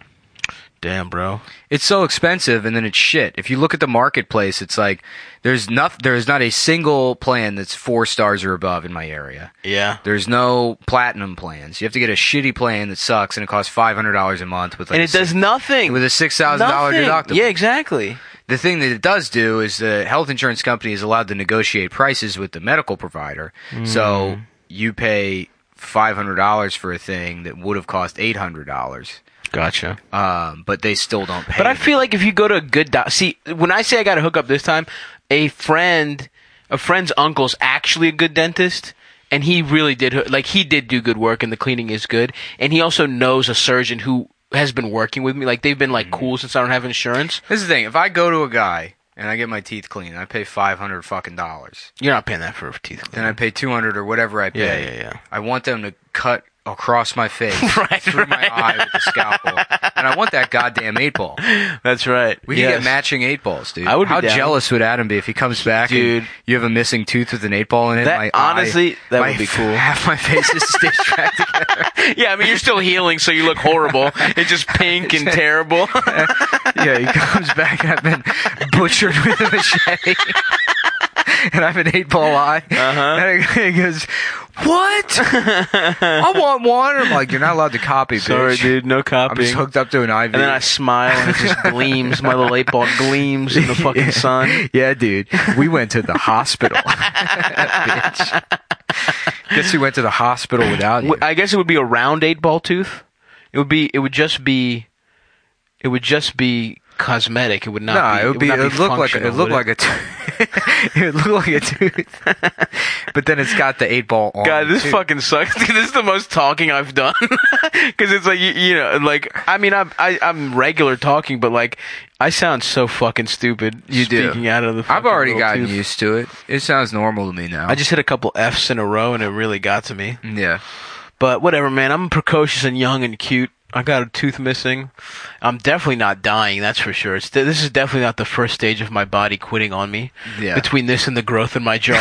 Damn, bro.
It's so expensive, and then it's shit. If you look at the marketplace, it's like there's not there's not a single plan that's four stars or above in my area.
Yeah.
There's no platinum plans. You have to get a shitty plan that sucks, and it costs five hundred dollars a month with like
And
a
it does
six-
nothing.
with a six thousand dollar
Nothing.
deductible.
Yeah, exactly.
The thing that it does do is the health insurance company is allowed to negotiate prices with the medical provider. So
Mm.
you pay five hundred dollars for a thing that would have cost eight hundred dollars,
Gotcha.
um, but they still don't pay.
But I feel like if you go to a good doc, see, when I say I got a hookup this time, a friend, a friend's uncle's actually a good dentist, and he really did, hoo- like, he did do good work, and the cleaning is good, and he also knows a surgeon who has been working with me. Like, they've been, like, cool since I don't have insurance.
This is the thing. If I go to a guy and I get my teeth cleaned, I pay five hundred fucking dollars.
You're not paying that for teeth
Then
cleaning.
I pay two hundred or whatever I pay.
Yeah, yeah, yeah.
I want them to cut across my face,
Right,
through my eye with the scalpel, and I want that goddamn eight ball.
That's right.
We can get matching eight balls, dude.
I would be
How
down.
jealous would Adam be if he comes back,
Dude.
And you have a missing tooth with an eight ball in it.
That-
my
honestly,
eye,
that
my
would be
f-
cool.
Half my face is stitched back together.
yeah, I mean, you're still healing, so you look horrible. It's just pink and terrible.
yeah, he comes back and I've been butchered with a machete. and I have an eight ball eye.
Uh-huh.
And he goes, What? I want one. I'm like, You're not allowed to copy, bitch.
no
I'm
copying.
just hooked up to an IV.
And then I smile and it just gleams. My little eight ball gleams in the fucking
yeah.
sun.
Yeah, dude. We went to the hospital. Bitch. Guess we went to the hospital without you.
W- I guess it would be a round eight ball tooth. It would be. It would just be. It would just be cosmetic. It would not.
No,
be,
it would be.
not
It would look like a,
functional,
it looked
would
like a. T- it would look like a tooth, but then it's got the eight ball on.
God,
it,
this
too.
fucking sucks. Dude, this is the most talking I've done because it's like you, you know, like I mean, I'm I, I'm regular talking, but like I sound so fucking stupid.
You do.
speaking out of the.
I've
fucking
already
little
gotten
tooth.
used to it. It sounds normal to me now. Mm,
I just hit a couple F's in a row, and it really got to me.
yeah.
But whatever, man. I'm precocious and young and cute. I got a tooth missing. I'm definitely not dying. That's for sure. It's this is definitely not the first stage of my body quitting on me.
Yeah.
Between this and the growth in my jaw,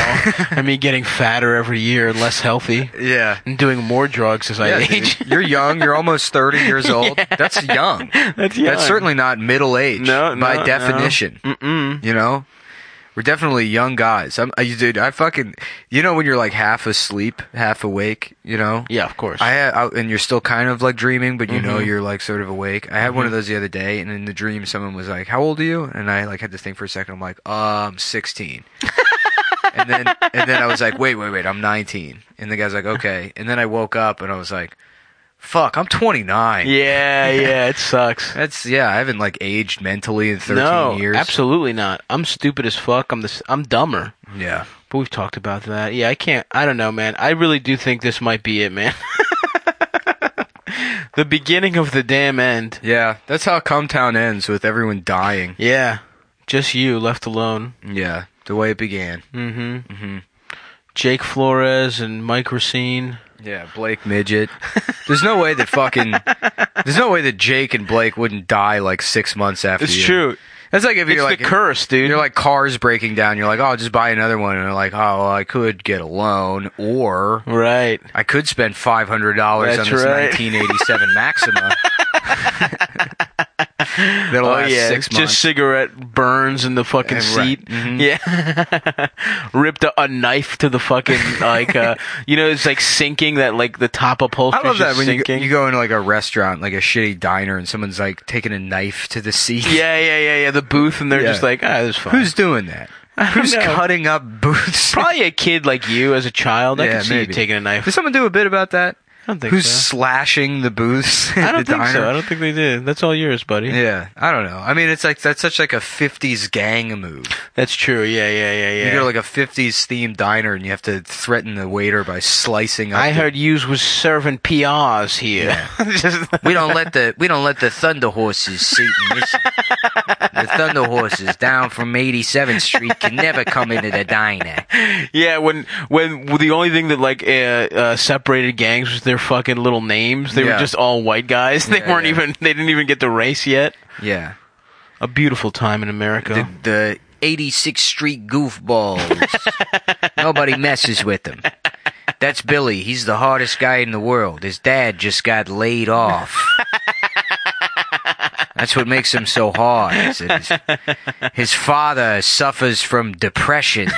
and me getting fatter every year and less healthy,
Yeah.
and doing more drugs as I
Yeah,
age.
dude. You're young. You're almost 30 years old. That's young.
That's
That's certainly not middle age
No, no,
by
no.
definition.
Mm-mm.
You know? We're definitely young guys. I'm, I, dude, I fucking, you know, when you're like half asleep, half awake, you know?
Yeah, of course.
I, had, I and you're still kind of like dreaming, but you know
Mm-hmm.
you're like sort of awake. I had one of those the other day, and in the dream, someone was like, "How old are you?" And I like had to think for a second. I'm like, "Um, 16." and then and then I was like, "Wait, wait, wait, I'm 19." And the guy's like, "Okay." And then I woke up and I was like, "Fuck, I'm 29."
yeah, yeah. It sucks.
That's yeah. I haven't like aged mentally in 13
no,
years.
absolutely not. I'm stupid as fuck. I'm the s- I'm dumber.
Yeah.
But But we've talked about that. Yeah, I can't. I don't know, man. I really do think this might be it, man. the beginning of the damn end.
Yeah, that's how Come Town ends with everyone dying.
Yeah, just you left alone.
Yeah, the way it began.
Mm-hmm.
Mhm.
Jake Flores and Mike Racine.
Yeah, Blake Midget. There's no way that fucking. There's no way that Jake and Blake wouldn't die like six months after.
It's
you.
true.
That's like if
It's
you're like
the curse, dude.
you're like cars breaking down. You're like, oh, just buy another one. And they're like, oh, well, I could get a loan or
right.
I could spend five hundred dollars on
That's
this
right.
1987 Maxima. That'll
Oh
last
yeah,
six
just
months.
cigarette burns in the fucking
Eh, right.
seat. Yeah, ripped a, a knife to the fucking like uh, you know it's like sinking that like the top upholstery.
I love that when you, go-
sinking.
you go into like a restaurant, like a shitty diner, and someone's like taking a knife to the seat.
yeah, yeah, yeah, yeah. The booth and they're
Yeah.
just like, ah, this is fine.
Who's doing that? Who's
know.
cutting up booths?
probably a kid like you as a child? I
Yeah,
can see
maybe.
you taking a knife.
Did someone do a bit about that?
I don't think
Who's
so.
slashing the booths at
I don't
the
think
diner?
so. I don't think they did. That's all yours, buddy.
yeah, I don't know. I mean, it's like that's such like a '50s gang move.
That's true. Yeah, yeah, yeah, yeah.
You go to like a '50s themed diner and you have to threaten the waiter by slicing up.
I
the-
heard yous was serving PRs here. Just-
we don't let the we don't let the thunder horses seat in this. the thunder horses down from 87th Street can never come into the diner.
Yeah, when when the only thing that like uh, uh, separated gangs was their fucking little names. They
Yeah.
were just all white guys. They
Yeah,
weren't
yeah.
even. They didn't even get to race yet.
Yeah,
A beautiful time in America.
the 86th Street goofballs. Nobody messes with them. That's Billy. He's the hardest guy in the world. His dad just got laid off. That's what makes him so hard. is that his, his father suffers from depression.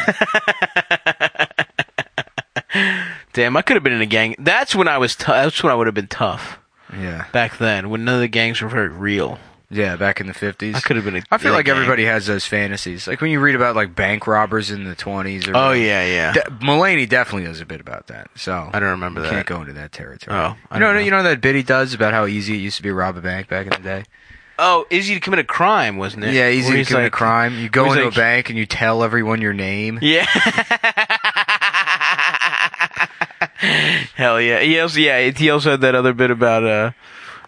Damn, I could have been in a gang. That's when I was. T- that's when I would have been tough
Yeah.
back then. When none of the gangs were very real.
Yeah, back in the 50s.
I could have been. A,
I feel
in a
like
gang.
everybody has those fantasies. Like when you read about like bank robbers in the 20s or
Oh yeah, yeah.
De- Mulaney definitely knows a bit about that. So
I don't remember
can't
that.
go into that territory.
Oh, I
you know,
don't know.
you know that bit he does about how easy it used to be to rob a bank back in the day.
Oh, easy to commit a crime, wasn't it?
Yeah, easy
Where
to
he's
commit a
like-
crime. You go
where he's
into
like-
a bank and you tell everyone your name.
Yeah. Hell yeah. He also yeah, it- he also had that other bit about uh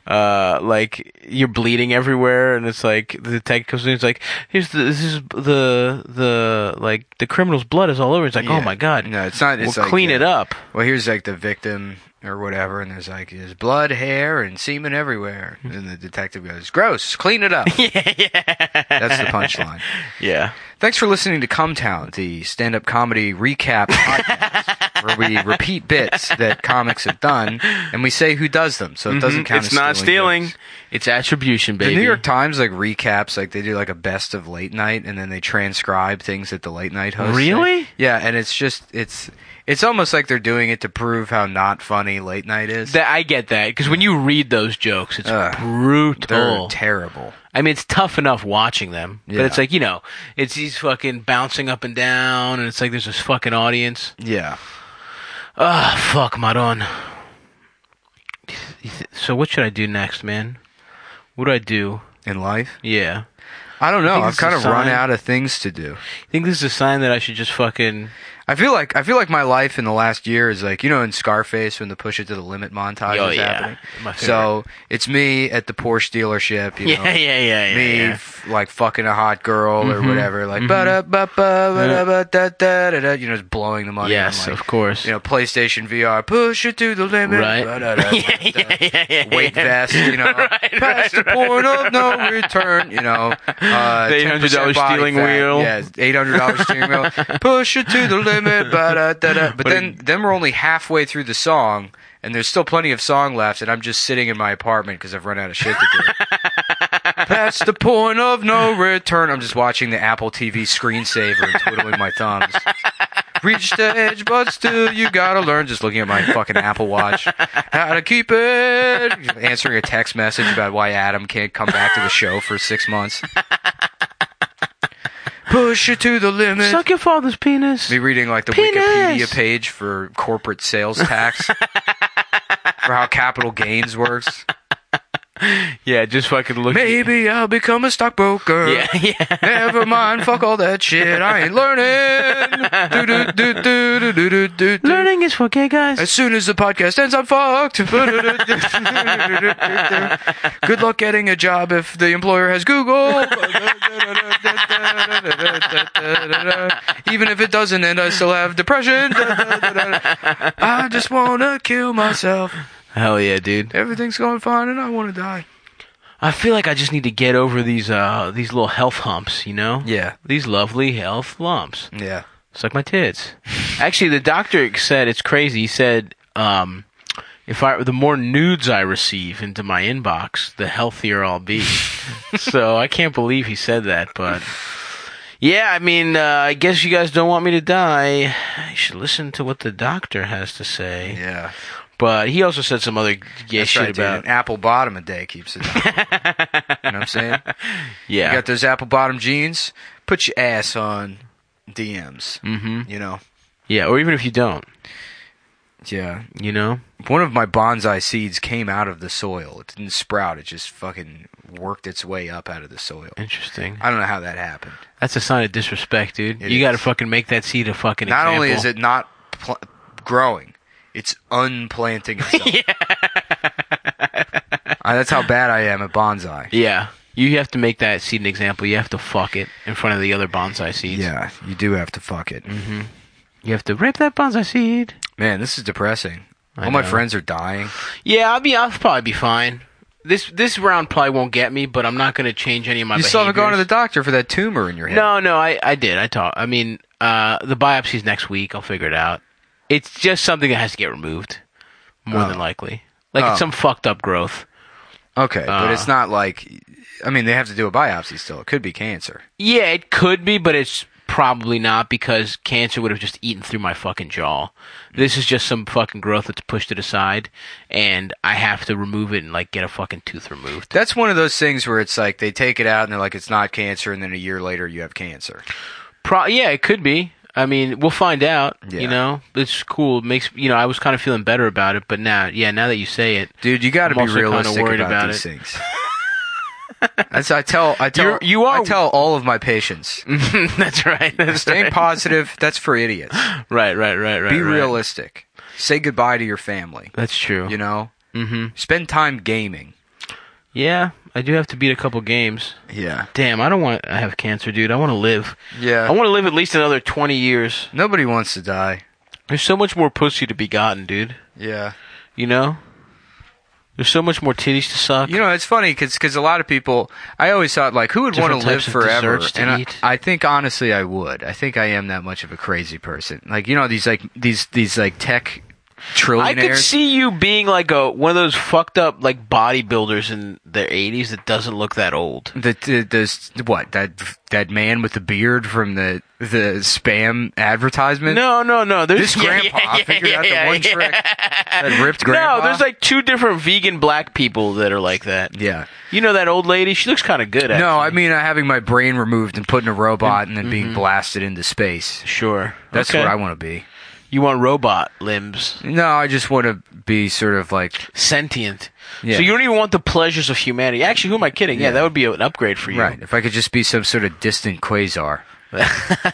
uh like you're bleeding everywhere and it's like the detective comes in he's like here's the this is the the like the criminal's blood is all over. He's like, "Oh
Yeah.
my god."
No, it's not.
We'll
It's like,
clean it
yeah.
up.
Well, here's like the victim or whatever, and there's like there's blood, hair, and semen everywhere. And the detective goes, "Gross, clean it up."
Hmm. yeah, yeah.
That's the punchline.
Yeah.
Thanks for listening to Cumtown, the stand-up comedy recap podcast, where we repeat bits that comics have done, and we say who does them, so it doesn't
Mhm.
count.
it's
as
not stealing.
bits.
It's attribution,
The
baby.
New York Times like recaps, like they do like a best of late night, and then they transcribe things that the late night host.
Really?
Yeah, and it's just it's it's almost like they're doing it to prove how not funny late night is.
That- I get that because when you read those jokes, it's
Ugh. Ah. they're
brutal.
terrible.
I mean, it's tough enough watching them,
Yeah.
but it's like you know, it's these fucking bouncing up and down, and it's like there's this fucking audience.
Yeah.
Ah, fuck, Maron. So what should I do next, man? What do I do?
In life,
Yeah,
I don't know.
think
I've
it's a
kind of run
sign.
out of things to do.
I think this is a sign that I should just fucking
I feel like I feel like my life in the last year is like you know in Scarface when the push it to the limit montage
Oh,
is
yeah.
happening.
My favorite.
So it's me at the Porsche dealership. You know,
yeah, yeah, yeah, yeah,
me
yeah. Mm-hmm.
F- like fucking a hot girl or whatever. Like ba ba ba ba da da da da. You know, just blowing the money.
Yes,
on, like,
of course.
You know, PlayStation VR. Push it Oh, to the limit.
Right.
ba-da-da,
yeah, yeah, yeah, yeah,
Weight
yeah.
vest, you know,
Right,
past
right,
the
right.
point of no return, you know, uh,
The $800
10% body
steering
fat,
wheel.
yeah, eight hundred dollars steering wheel, push it to the limit, ba-da-da-da. but
But
then then we're only halfway through the song, and there's still plenty of song left, and I'm just sitting in my apartment because I've run out of shit to do. Past the point of no return. I'm just watching the Apple TV screensaver and twiddling my thumbs. Reach the edge, but still you gotta learn. Just looking at my fucking Apple Watch, how to keep it. Answering a text message about why Adam can't come back to the show for six months. Push it to the limit.
Suck your father's penis.
Me reading like the
Penis.
Wikipedia page for corporate sales tax for how capital gains works.
yeah, just fucking look.
Maybe I'll become a stockbroker.
Yeah, yeah.
Never mind, fuck all that shit. I ain't learning. Do, do, do, do, do, do, do, do.
Learning is for gay guys.
As soon as the podcast ends, I'm fucked. Good luck getting a job if the employer has Google. Even if it doesn't end, I still have depression. I just want to kill myself.
Hell yeah, dude.
Everything's going fine and I want to die.
I feel like I just need to get over these uh these little health humps, you know?
Yeah.
These lovely health lumps.
Yeah.
Suck my tits. Actually, the doctor said it's crazy. He said, um, if I the more nudes I receive into my inbox, the healthier I'll be. so I can't believe he said that, but yeah, I mean, uh, I guess you guys don't want me to die. You should listen to what the doctor has to say.
Yeah.
But he also said some other gay
That's
shit
right, dude.
about
An apple bottom a day keeps it. down. you know what I'm saying?
yeah.
You got those apple bottom jeans. Put your ass on DMs. Mm-hmm. You know.
Yeah, or even if you don't,
Yeah.
you know?
One of my bonsai seeds came out of the soil. It didn't sprout. It just fucking worked its way up out of the soil.
Interesting.
I don't know how that happened.
That's a sign of disrespect, dude.
It
you got to
is.
fucking make that seed a fucking
Not
example.
only is it not pl- growing, it's unplanting itself. Uh, that's how bad I am at bonsai.
Yeah. You have to make that seed an example. You have to fuck it in front of the other bonsai seeds.
Yeah, you do have to fuck it.
Mm-hmm. You have to rape that bonsai seed.
Man, this is depressing.
I
All my
know.
friends are dying.
Yeah, I'll be I'll probably be fine. This this round probably won't get me, but I'm not going to change any of my
you still haven't gone to the
behaviors.
doctor for that tumor in your head.
No, no, I I did. I talked. I mean, uh the biopsy's next week. I'll figure it out. It's just something that has to get removed more
Oh.
than likely. Like
Oh.
it's some fucked up growth.
Okay, but
Uh.
it's not like. I mean, they have to do a biopsy still. It could be cancer.
Yeah, it could be, but it's probably not because cancer would have just eaten through my fucking jaw. This is just some fucking growth that's pushed it aside, and I have to remove it and like get a fucking tooth removed.
That's one of those things where it's like they take it out and they're like, it's not cancer, and then a year later you have cancer.
Pro- yeah, it could be. I mean, we'll find out.
Yeah.
You know, it's cool. It makes you know, I was kind of feeling better about it, but now, yeah, now that you say it,
Dude, you got to
I'm
be
also kinda
realistic
worried
about,
about
these
it.
things. That's I tell I tell
You're- you are-
I tell all of my patients
that's right. That's
staying
right.
positive. That's for idiots.
right, right, right, right.
Be
right.
realistic. Say goodbye to your family.
That's true.
You know,
mm-hmm.
spend time gaming.
Yeah, I do have to beat a couple games.
Yeah,
Damn, I don't want to have cancer, dude. I want to live. I
yeah.
want to live at least another 20 years.
Nobody wants to die.
There's so much more pussy to be gotten, dude.
Yeah.
You know? There's so much more titties to suck.
You know, it's funny because a lot of people, I always thought like, who would want
Different
to live
types of
forever?
desserts to
And I,
eat.
I think honestly, I would. I think I am that much of a crazy person. Like you know these like these these like tech trillionaires.
I could see you being like a one of those fucked up like bodybuilders in their 80s that doesn't look that old.
the, the those what that that man with the beard from the the spam advertisement.
No, no, no. There's
this
yeah,
grandpa
yeah, yeah,
figured out
yeah,
the one
yeah.
trick that ripped grandpa.
No, there's like two different vegan black people that are like that.
yeah.
You know that old lady? She looks kind of good at
No, I mean uh, having my brain removed and put in a robot and then being blasted into space.
Sure.
That's
Mm-hmm. Okay.
where I want to be.
You want robot limbs.
No, I just want to be sort of like
Sentient.
Yeah.
So you don't even want the pleasures of humanity. Actually, who am I kidding? Yeah, that would be an upgrade for you.
Right. If I could just be some sort of distant quasar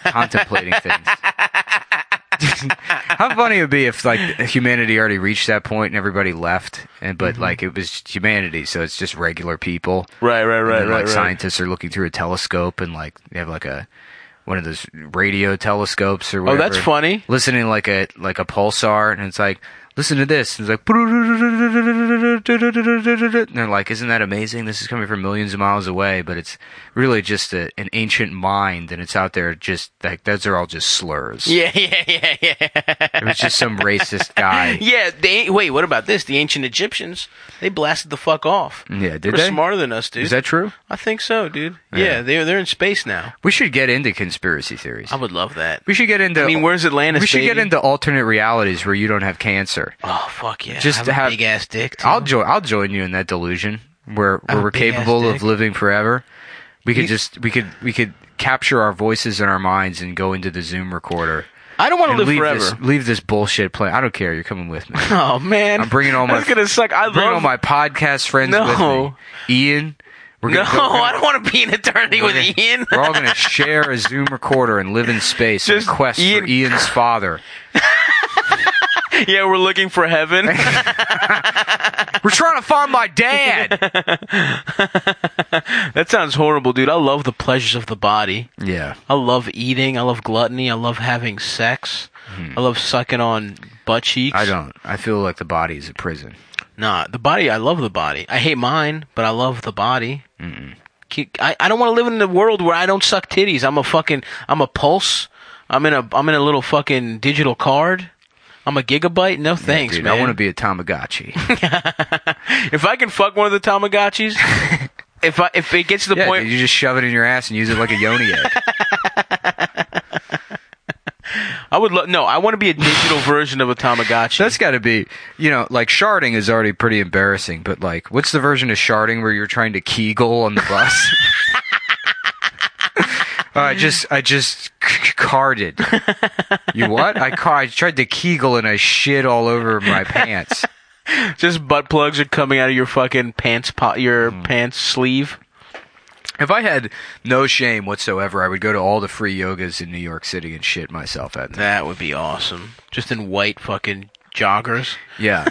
contemplating things. How funny it would be if like humanity already reached that point and everybody left and but like it was humanity, so it's just regular people.
Right, right, right,
and then,
right,
like
right.
scientists are looking through a telescope and like they have like a one of those radio telescopes or
Oh,
whatever.
that's funny.
Listening to, like a like a pulsar and it's like listen to this. And it's like and they're like, isn't that amazing? This is coming from millions of miles away, but it's really just a, an ancient mind and it's out there just like those are all just slurs.
Yeah, yeah, yeah, yeah.
It was just some racist guy.
yeah, they wait, what about this? The ancient Egyptians, they blasted the fuck off.
Yeah,
They're
Mm, did they?
smarter than us, dude.
Is that true?
I think so, dude. Yeah, they're they're in space now.
We should get into conspiracy theories.
I would love that.
We should get into.
I mean, where's Atlantis,
We should get
baby?
into alternate realities where you don't have cancer.
Oh fuck yeah.
Just
I have,
to have-
a big ass dick. Too.
I'll join. I'll join you in that delusion where, where
a
we're
Oh, big-ass
capable of
dick.
living forever. We could
You-
just we could we could capture our voices and our minds and go into the Zoom recorder
I don't want to
And
live
leave
forever.
This, leave this bullshit plan. I don't care. You're coming with me.
Oh man,
I'm bringing all my-
That's gonna suck. I
Bring
love
all my podcast friends
No.
with me. Ian, we're
No,
gonna go-
I don't want to be an eternity with Ian.
We're all going to share a Zoom recorder and live in space in
Just
a quest
Ian-
for Ian's father.
yeah, we're looking for heaven.
We're trying to find my dad.
that sounds horrible, dude. I love the pleasures of the body.
yeah.
I love eating. I love gluttony. I love having sex. I love sucking on butt cheeks.
Hmm. I don't. I feel like the body is a prison.
Nah, the body. I love the body. I hate mine, but I love the body. Ki- I, I don't want to live in a world where I don't suck titties. I'm a fucking. I'm a pulse. I'm in a. I'm in a little fucking digital card. I'm a gigabyte. No thanks,
Dude,
man.
I want to be a Tamagotchi.
If I can fuck one of the Tamagotchis, if I if it gets to the
yeah,
point,
dude, you just shove it in your ass and use it like a yoni egg.
I would lo- no. I want to be a digital version of a Tamagotchi.
That's got to be, you know, like sharding is already pretty embarrassing, but like, what's the version of sharding where you're trying to kegel on the bus? Uh, I just, I just c- carded. You what? I, ca- I tried to kegel and I shit all over my pants.
just butt plugs are coming out of your fucking pants po- your
Mm-hmm.
pants sleeve.
If I had no shame whatsoever, I would go to all the free yogas in New York City and shit myself at them.
That would be awesome. Just in white fucking joggers.
Yeah.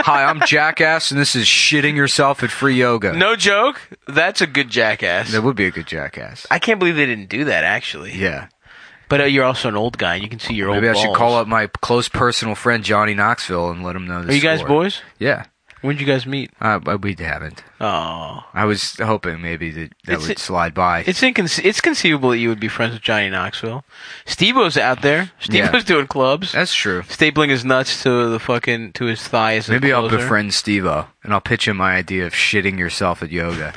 Hi, I'm Jackass, and this is shitting yourself at free yoga.
No joke. That's a good jackass.
that would be a good Jackass.
I can't believe they didn't do that actually.
Yeah.
But uh, you're also an old guy, and you can see your old.
Maybe I should
balls.
call up my close personal friend Johnny Knoxville and let him know. The
Are you guys
score.
boys?
Yeah,
When did you guys meet?
uh, but we haven't.
Oh,
I was hoping maybe that that
It's
would
a-
slide by.
It's inconce- it's conceivable that you would be friends with Johnny Knoxville. Steve-O's out there. Steve-O's
Yeah.
doing clubs.
That's true.
Stapling his nuts to the fucking to his thighs.
Maybe I'll befriend Steve-O and I'll pitch him my idea of shitting yourself at yoga.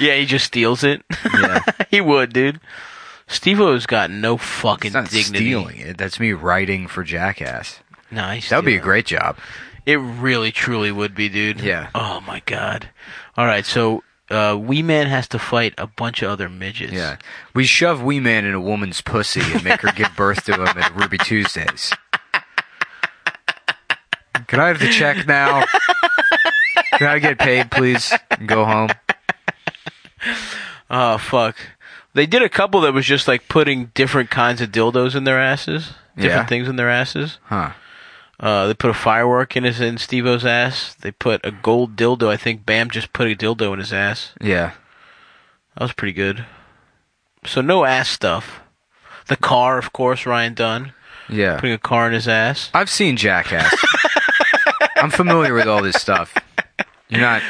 Yeah, he just steals it.
Yeah,
he would, dude. Steve-O's got no fucking
it's not
dignity.
stealing it. That's me writing for Jackass.
No, he's
That would be a
stealing.
great job.
It really, truly would be, dude.
Yeah.
Oh my god. All right, so uh, Wee Man has to fight a bunch of other midgets.
Yeah, we shove Wee Man in a woman's pussy and make her give birth to him at Ruby Tuesdays. Can I have the check now? Can I get paid, please? And go home.
Oh fuck. They did a couple that was just like putting different kinds of dildos in their asses, different
Yeah.
things in their asses.
Huh.
Uh, they put a firework in his in Stevo's ass. They put a gold dildo. I think Bam just put a dildo in his ass.
Yeah.
That was pretty good. So no ass stuff. The car, of course, Ryan Dunn
Yeah.
putting a car in his ass.
I've seen Jackass. I'm familiar with all this stuff. You're not.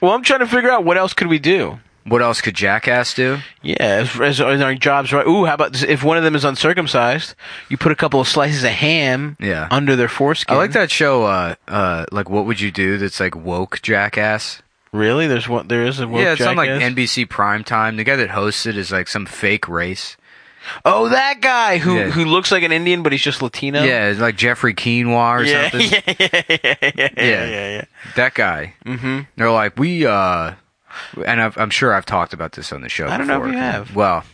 Well, I'm trying to figure out what else could we do.
What else could Jackass do?
Yeah, as, as, as our jobs right. Ooh, how about if one of them is uncircumcised, you put a couple of slices of ham
Yeah.
under their foreskin.
I like that show. Uh, uh, like what would you do? That's like woke Jackass.
Really, there's one. There is a woke
yeah, it's on like
jackass?
NBC primetime. The guy that hosts it is like some fake race.
oh, that guy who
Yeah.
who looks like an Indian but he's just Latino.
Yeah, it's like Jeffrey Quinoa or
yeah,
something.
yeah, yeah, yeah, yeah, yeah,
Yeah.
yeah.
That guy. Mm-hmm. They're like, we, uh, and I've, I'm sure I've talked about this on the show
I don't know if
before.
you have.
Well,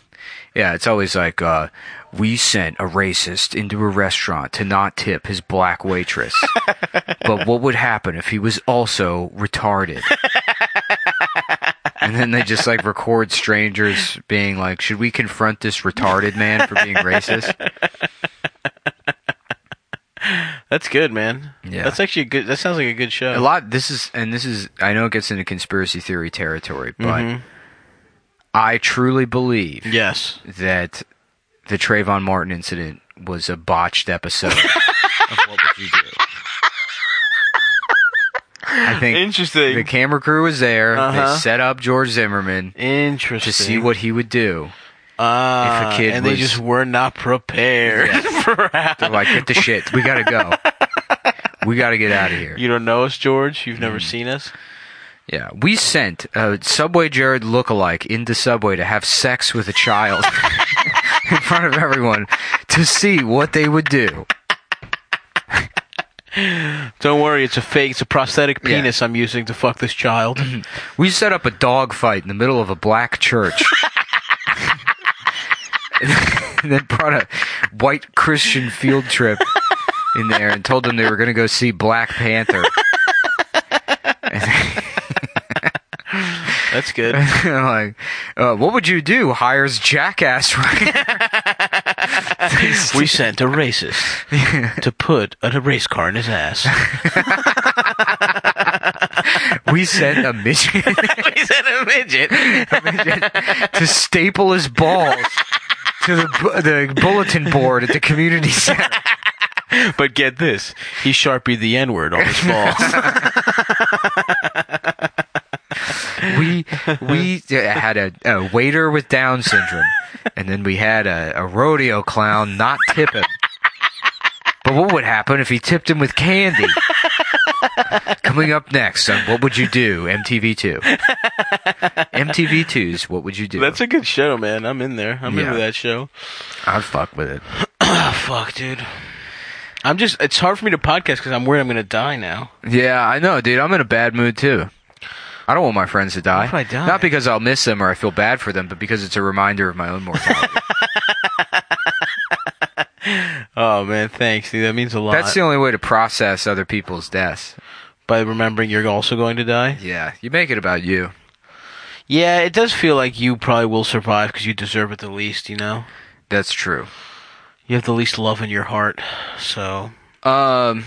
yeah, it's always like, uh, we sent a racist into a restaurant to not tip his black waitress. but what would happen if he was also retarded? and then they just like record strangers being like, should we confront this retarded man for being racist?
That's good, man.
Yeah.
That's actually a good. That sounds like a good show.
a lot this is and this is i know it gets into conspiracy theory territory but
Mm-hmm.
i truly believe
Yes.
that the Trayvon Martin incident was a botched episode of what would you do i think
Interesting.
the camera crew was there
Uh-huh.
they set up george zimmerman to
Interesting.
see what he would do
Ah,
if a kid
and they
was-
just were not prepared. for how-
they're like get the shit we gotta go we gotta get out of here
you don't know us, George. You've
Mm.
never seen us.
Yeah, we sent a Subway Jared lookalike into Subway to have sex with a child in front of everyone to see what they would do.
Don't worry, it's a fake. It's a prosthetic
Yeah. Mm-hmm.
penis I'm using to fuck this child.
We set up a dog fight in the middle of a black church. and then brought a white Christian field trip in there and told them they were going to go see Black Panther.
That's good.
like, uh, what would you do? Hires jackass right?
We sent a racist to put a race car in his ass.
we sent a midget,
we sent a midget.
a midget to staple his balls to the bu- the bulletin board at the community center.
But get this, he sharpied the N word on his balls.
we we had a, a waiter with Down syndrome, and then we had a, a rodeo clown not tip him. But what would happen if he tipped him with candy? Coming up next on What Would You Do? MTV2. MTV2's What Would You Do?
That's a good show, man. I'm in there. I'm
Yeah. Ah,
into that show.
I'd fuck with it.
Fuck, dude. I'm just, it's hard for me to podcast because I'm worried I'm going to die now.
Yeah, I know, dude. I'm in a bad mood too. I don't want my friends to die.
if I die?
Not because I'll miss them or I feel bad for them, but because it's a reminder of my own mortality.
Oh, man, thanks, dude. That means a lot.
That's the only way to process other people's deaths.
By remembering you're also going to die?
Yeah, you make it about you.
Yeah, it does feel like you probably will survive because you deserve it the least, you know?
That's true.
You have the least love in your heart, so.
Um,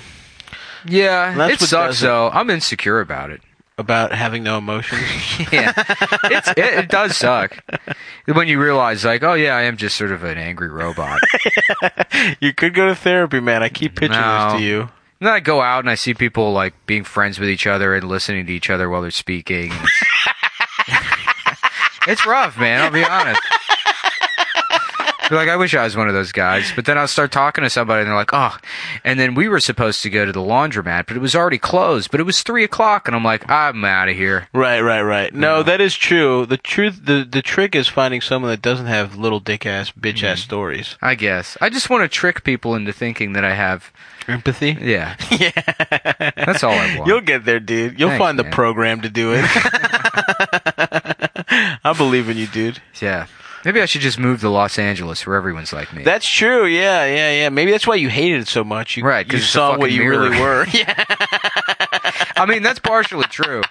yeah,
That's
it
what
sucks
does it.
though. I'm insecure about it.
About having no emotions.
Yeah, it's, it, it does suck when you realize, like, oh yeah, I am just sort of an angry robot.
you could go to therapy, man. I keep pitching
No.
this to you.
and then I go out and I see people like being friends with each other and listening to each other while they're speaking. It's, It's rough, man. I'll be honest. You're like, I wish I was one of those guys. But then I'll start talking to somebody and they're like, oh. And then we were supposed to go to the laundromat, but it was already closed, but it was three o'clock. And I'm like, I'm out of here.
Right, right, right. No, that is true. The truth, the the trick is finding someone that doesn't have little dick ass, bitch ass stories.
I guess. I just want to trick people into thinking that I have.
Empathy.
Yeah. Yeah. That's all I want.
You'll get there, dude. You'll
Thanks,
find the
man.
program to do it. I believe in you, dude.
yeah. Maybe I should just move to Los Angeles where everyone's like me.
That's true. Yeah, yeah, yeah. Maybe that's why you hated it so much. You,
Right, 'cause
You
it's a
saw what
fucking
you
mirror.
really were. yeah.
I mean, that's partially true.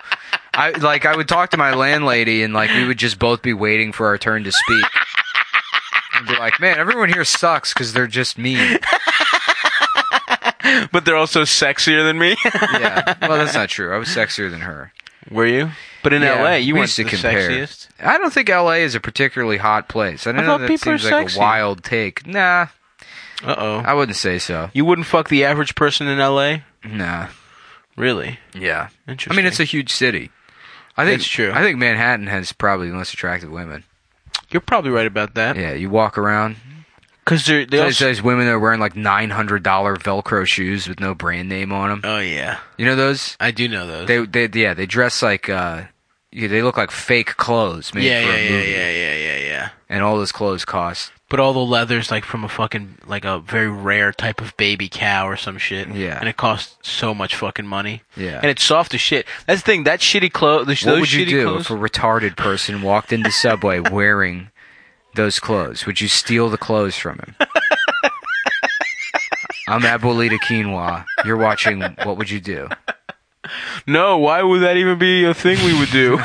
I like I would talk to my landlady and like we would just both be waiting for our turn to speak. And be like, man, everyone here sucks because they're just mean.
But they're also sexier than me.
Yeah. Well, that's not true. I was sexier than her.
were you? But in
Yeah,
L.A., you
we
weren't
used
the
to compare.
sexiest.
I don't think LA is a particularly hot place. I don't
I
know
thought
that
people are
seems like
sexy.
a wild take. Nah,
Uh oh.
I wouldn't say so.
You wouldn't fuck the average person in L.A.
Nah.
Really?
Yeah. I
Interesting.
mean, it's a huge city. I think
That's true.
I think Manhattan has probably the most attractive women.
You're probably right about that.
Yeah, you walk around.
Because they're they
There's
also.
those women that are wearing like nine hundred dollar Velcro shoes with no brand name on them.
Oh yeah,
You know those?
I do know those.
They they yeah they dress like uh yeah, they look like fake clothes made
yeah,
for
yeah,
a
yeah,
movie,
yeah, yeah, yeah, yeah.
and all those clothes cost.
But all the leather's like from a fucking like a very rare type of baby cow or some shit.
Yeah.
and it costs so much fucking money.
Yeah.
and it's soft as shit. That's the thing. That shitty clothes. Those
What would you
shitty
do
clothes.
if a retarded person walked into Subway wearing those clothes? Would you steal the clothes from him? I'm Abuelita Quinoa. You're watching. What would you do?
no, why would that even be a thing we would do?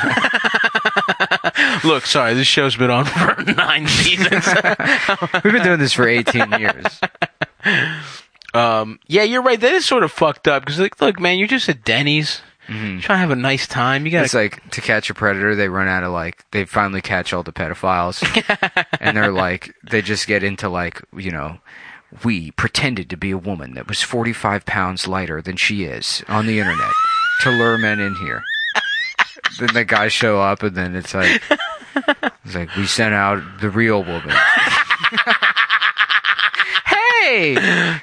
Look, sorry, this show's been on for nine seasons.
We've been doing this for 18 years.
um, yeah, you're right. That is sort of fucked up because like, look, man, you're just at Denny's. Trying to have a nice time. You gotta
Mm-hmm. It's like to catch a predator, they run out of like they finally catch all the pedophiles, and they're like they just get into like you know. We pretended to be a woman that was 45 pounds lighter than she is on the internet to lure men in here. Then the guys show up, and then it's like, it's like we sent out the real woman. hey,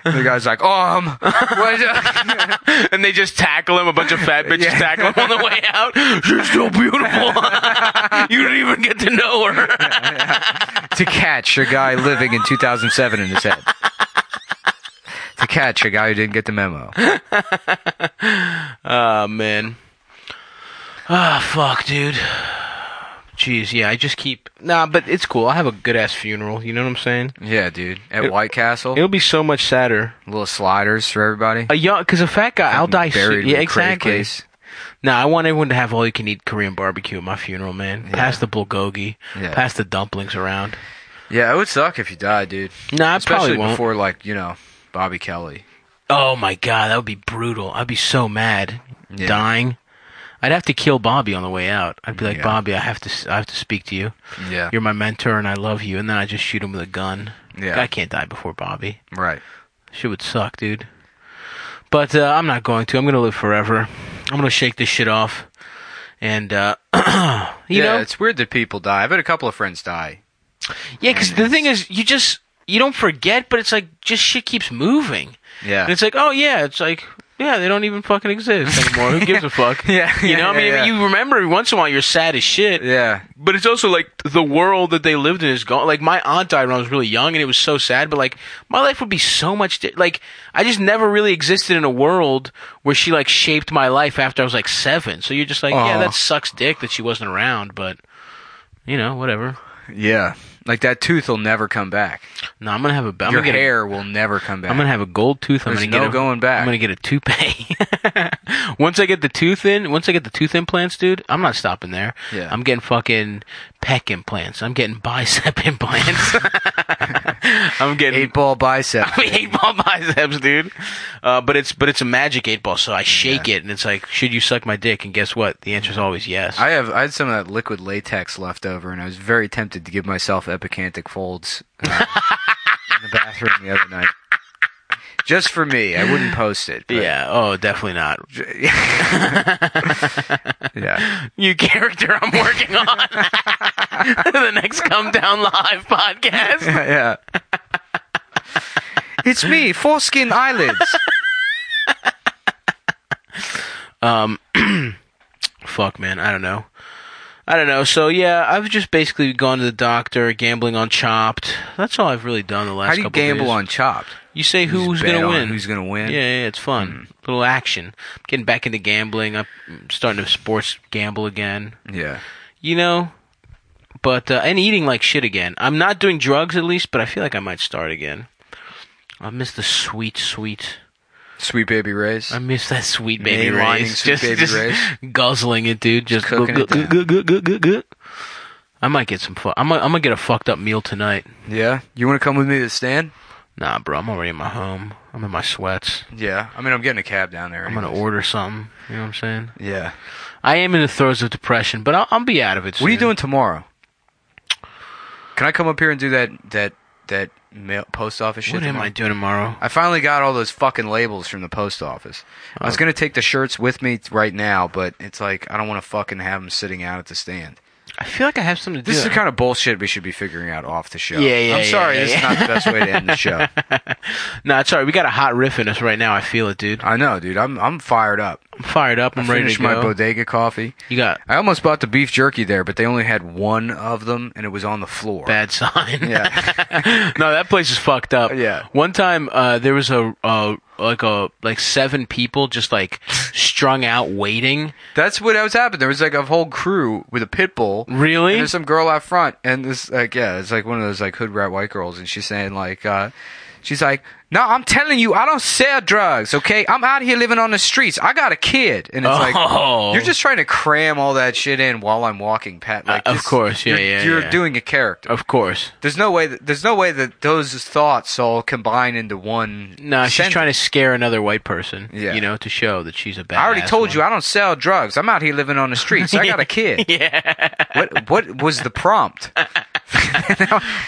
the guy's like, um, what?
and they just tackle him. A bunch of fat bitches
Yeah.
tackle him on the way out. She's so beautiful. you don't even get to know her.
to catch a guy living in 2007 in his head. to catch a guy who didn't get the memo.
Oh man. Ah fuck, dude. Jeez, yeah, I just keep nah, but it's cool. I'll have a good ass funeral. You know what I'm saying?
Yeah, dude. At
It-
White Castle,
It'll be so much sadder.
little sliders for everybody.
A young, because a fat guy, I'll die. soon.
Buried with
yeah,
a crate
exactly.
case.
Nah, I want everyone to have all you can eat Korean barbecue at my funeral, man.
Yeah.
Pass the bulgogi,
Yeah.
pass the dumplings around.
Yeah, it would suck if you died, dude.
Nah, I
Especially
probably won't.
before, like you know, Bobby Kelly.
Oh my god, that would be brutal. I'd be so mad,
Yeah.
dying. I'd have to kill Bobby on the way out. I'd be like,
Yeah.
Bobby, I have to, s- I have to speak to you.
Yeah,
You're my mentor, and I love you. And then I just shoot him with a gun.
Yeah.
I can't die before Bobby.
right.
Shit would suck, dude. But uh, I'm not going to. I'm gonna live forever. I'm gonna shake this shit off. And uh, you
yeah,
know,
it's weird that people die. I've had a couple of friends die.
Yeah, because the thing is, you just you don't forget, but it's like just shit keeps moving.
Yeah,
And it's like, oh yeah, it's like yeah, they don't even fucking exist anymore. Who gives a fuck?
Yeah,
you know, I mean,
yeah, yeah.
you remember every once in a while you're sad as shit.
yeah,
But it's also like the world that they lived in is gone. Like my aunt died when I was really young, and it was so sad. But like my life would be so much di- like I just never really existed in a world where she like shaped my life after I was like seven. So you're just like, yeah,
Aw.
that sucks, dick, that she wasn't around. But you know, whatever.
yeah. Like that tooth will never come back.
No, I'm gonna have a. I'm
Your
gonna get a-
hair will never come back.
I'm gonna have a gold tooth. I'm
There's
gonna get
no
a,
going back.
I'm gonna get a toupee. once I get the tooth in, once I get the tooth implants, dude, I'm not stopping there.
Yeah.
I'm getting fucking pec implants. I'm getting bicep implants. I'm getting
eight ball bicep.
eight ball biceps, dude. Uh, but it's but it's a magic eight ball, so I shake it and it's like, should you suck my dick? And guess what? The answer is always yes.
I have I had some of that liquid latex left over, and I was very tempted to give myself epicantic folds uh, in the bathroom the other night, just for me. I wouldn't post it. but-
yeah. Oh, definitely not.
yeah.
New character I'm working on. the next Come Down Live podcast.
yeah. it's me, foreskin eyelids.
fuck man i don't know i don't know so yeah i've just basically gone to the doctor gambling on chopped that's all i've really done the last
How do you
couple
gamble
days.
on Chopped?
you say
You
who's
just bet
gonna
on
win
Who's gonna
yeah
win? Hmm.
yeah it's fun little action I'm getting back into gambling i'm starting to sports gamble again
Yeah.
you know but uh, and eating like shit again i'm not doing drugs at least but i feel like i might start again i miss the sweet sweet
Sweet baby Ray's.
I miss that sweet baby
Mainlining
rice.
sweet
just,
baby
just
rice.
guzzling it, dude. Just go,
Cooking
go,
it
go, go, go, go, go, go. I might get some. Fu- I'm, gonna, I'm gonna get a fucked up meal tonight.
yeah. You want to come with me to the stand?
Nah, bro. I'm already in my home. I'm in my sweats.
Yeah. I mean, I'm getting a cab down there.
I'm gonna
anyways.
order something. You know what I'm saying?
Yeah.
I am in the throes of depression, but I'll, I'll be out of it. Soon.
What are you doing tomorrow? Can I come up here and do that that that mail, post office shit?
What am
tomorrow?
I doing tomorrow?
I finally got all those fucking labels from the post office. I
Oh.
was gonna take the shirts with me right now, but it's like I don't want to fucking have them sitting out at the stand.
I feel like I have something to do.
This is the kind of bullshit we should be figuring out off the show.
Yeah, yeah,
I'm sorry,
yeah,
this is
yeah.
not the best way to end the show.
nah, it's alright. We got a hot riff in us right now. I feel it, dude.
I know, dude. I'm I'm fired up.
I'm fired up. I'm
I
ready
finished
to
my
go.
bodega coffee.
you got
I almost bought the beef jerky there, but they only had one of them, and it was on the floor.
bad sign.
Yeah.
no, that place is fucked up.
Yeah.
One time, uh, there was a, uh, like a, like seven people just like strung out waiting.
That's what was happening. There was like a whole crew with a pit bull.
Really?
And there's some girl out front, and this like yeah, it's like one of those like hood rat white girls, and she's saying like, uh, she's like, no, I'm telling you, I don't sell drugs. Okay, I'm out here living on the streets. I got a kid, and it's
Oh.
like you're just trying to cram all that shit in while I'm walking, Pat. Like,
Uh, of
this-
course, yeah,
you're,
yeah,
You're
yeah.
doing a character.
Of course.
There's no way. That, there's no way that those thoughts all combine into one.
No, she's
sentence.
trying to scare another white person.
Yeah.
You know, to show that she's a bad.
I already told you I don't sell drugs. I'm out here living on the streets. I got a kid. yeah. What what was the prompt?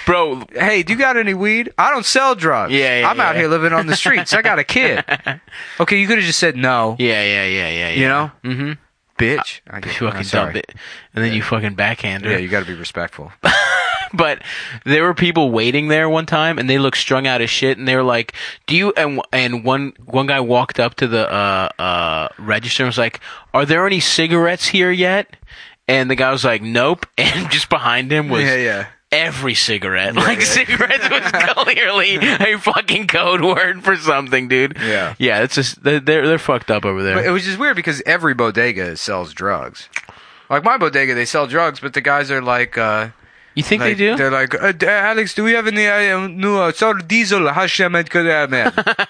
bro.
Hey, do you got any weed? I don't sell drugs.
Yeah, yeah,
I'm out
yeah.
here living on the streets. I got a kid. Okay, you could have just said no.
Yeah, yeah, yeah, yeah. yeah.
You know?
Mm-hmm.
Bitch. I
You
get- I'm
fucking
sorry.
dump it, and then you fucking backhand her.
Yeah, you got to be respectful.
but there were people waiting there one time and they looked strung out as shit and they were like do you and and one one guy walked up to the uh uh register and was like are there any cigarettes here yet and the guy was like nope and just behind him was
Yeah, yeah.
Every cigarette, like cigarettes, was clearly a fucking code word for something, dude.
Yeah.
yeah. It's just they're they're, they're fucked up over there.
But it was just weird because every bodega sells drugs. Like my bodega, they sell drugs, but the guys are like, uh,
You think
like,
they do?
They're like, uh, D- Alex, do we have any uh, new uh, sour diesel Hashem and Kadam?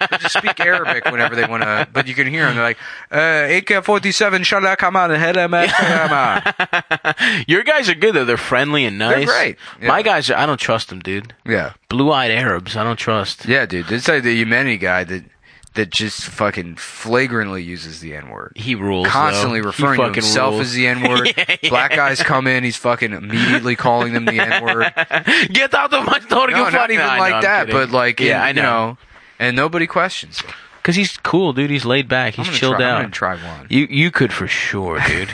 They just speak Arabic whenever they want to, but you can hear them. They're like, uh, AK 47 Shalakaman Helamet Kadama.
Your guys are good though. They're friendly and nice.
great. Yeah.
My guys are. I don't trust them, dude.
Yeah.
Blue-eyed Arabs. I don't trust.
Yeah, dude. This is like the humanity guy that that just fucking flagrantly uses the N word.
He rules.
Constantly
though. He
referring to
fucking
himself
rules.
as the N word.
Yeah, yeah.
Black guys come in, he's fucking immediately calling them the N word.
Get out of my door.
No, not even like that, but like,
yeah,
in-
I
you know, and nobody questions it.
Because he's cool, dude. He's laid back.
I'm
He's
gonna
chilled
try, I'm
out.
gonna try one.
You you could for sure, dude.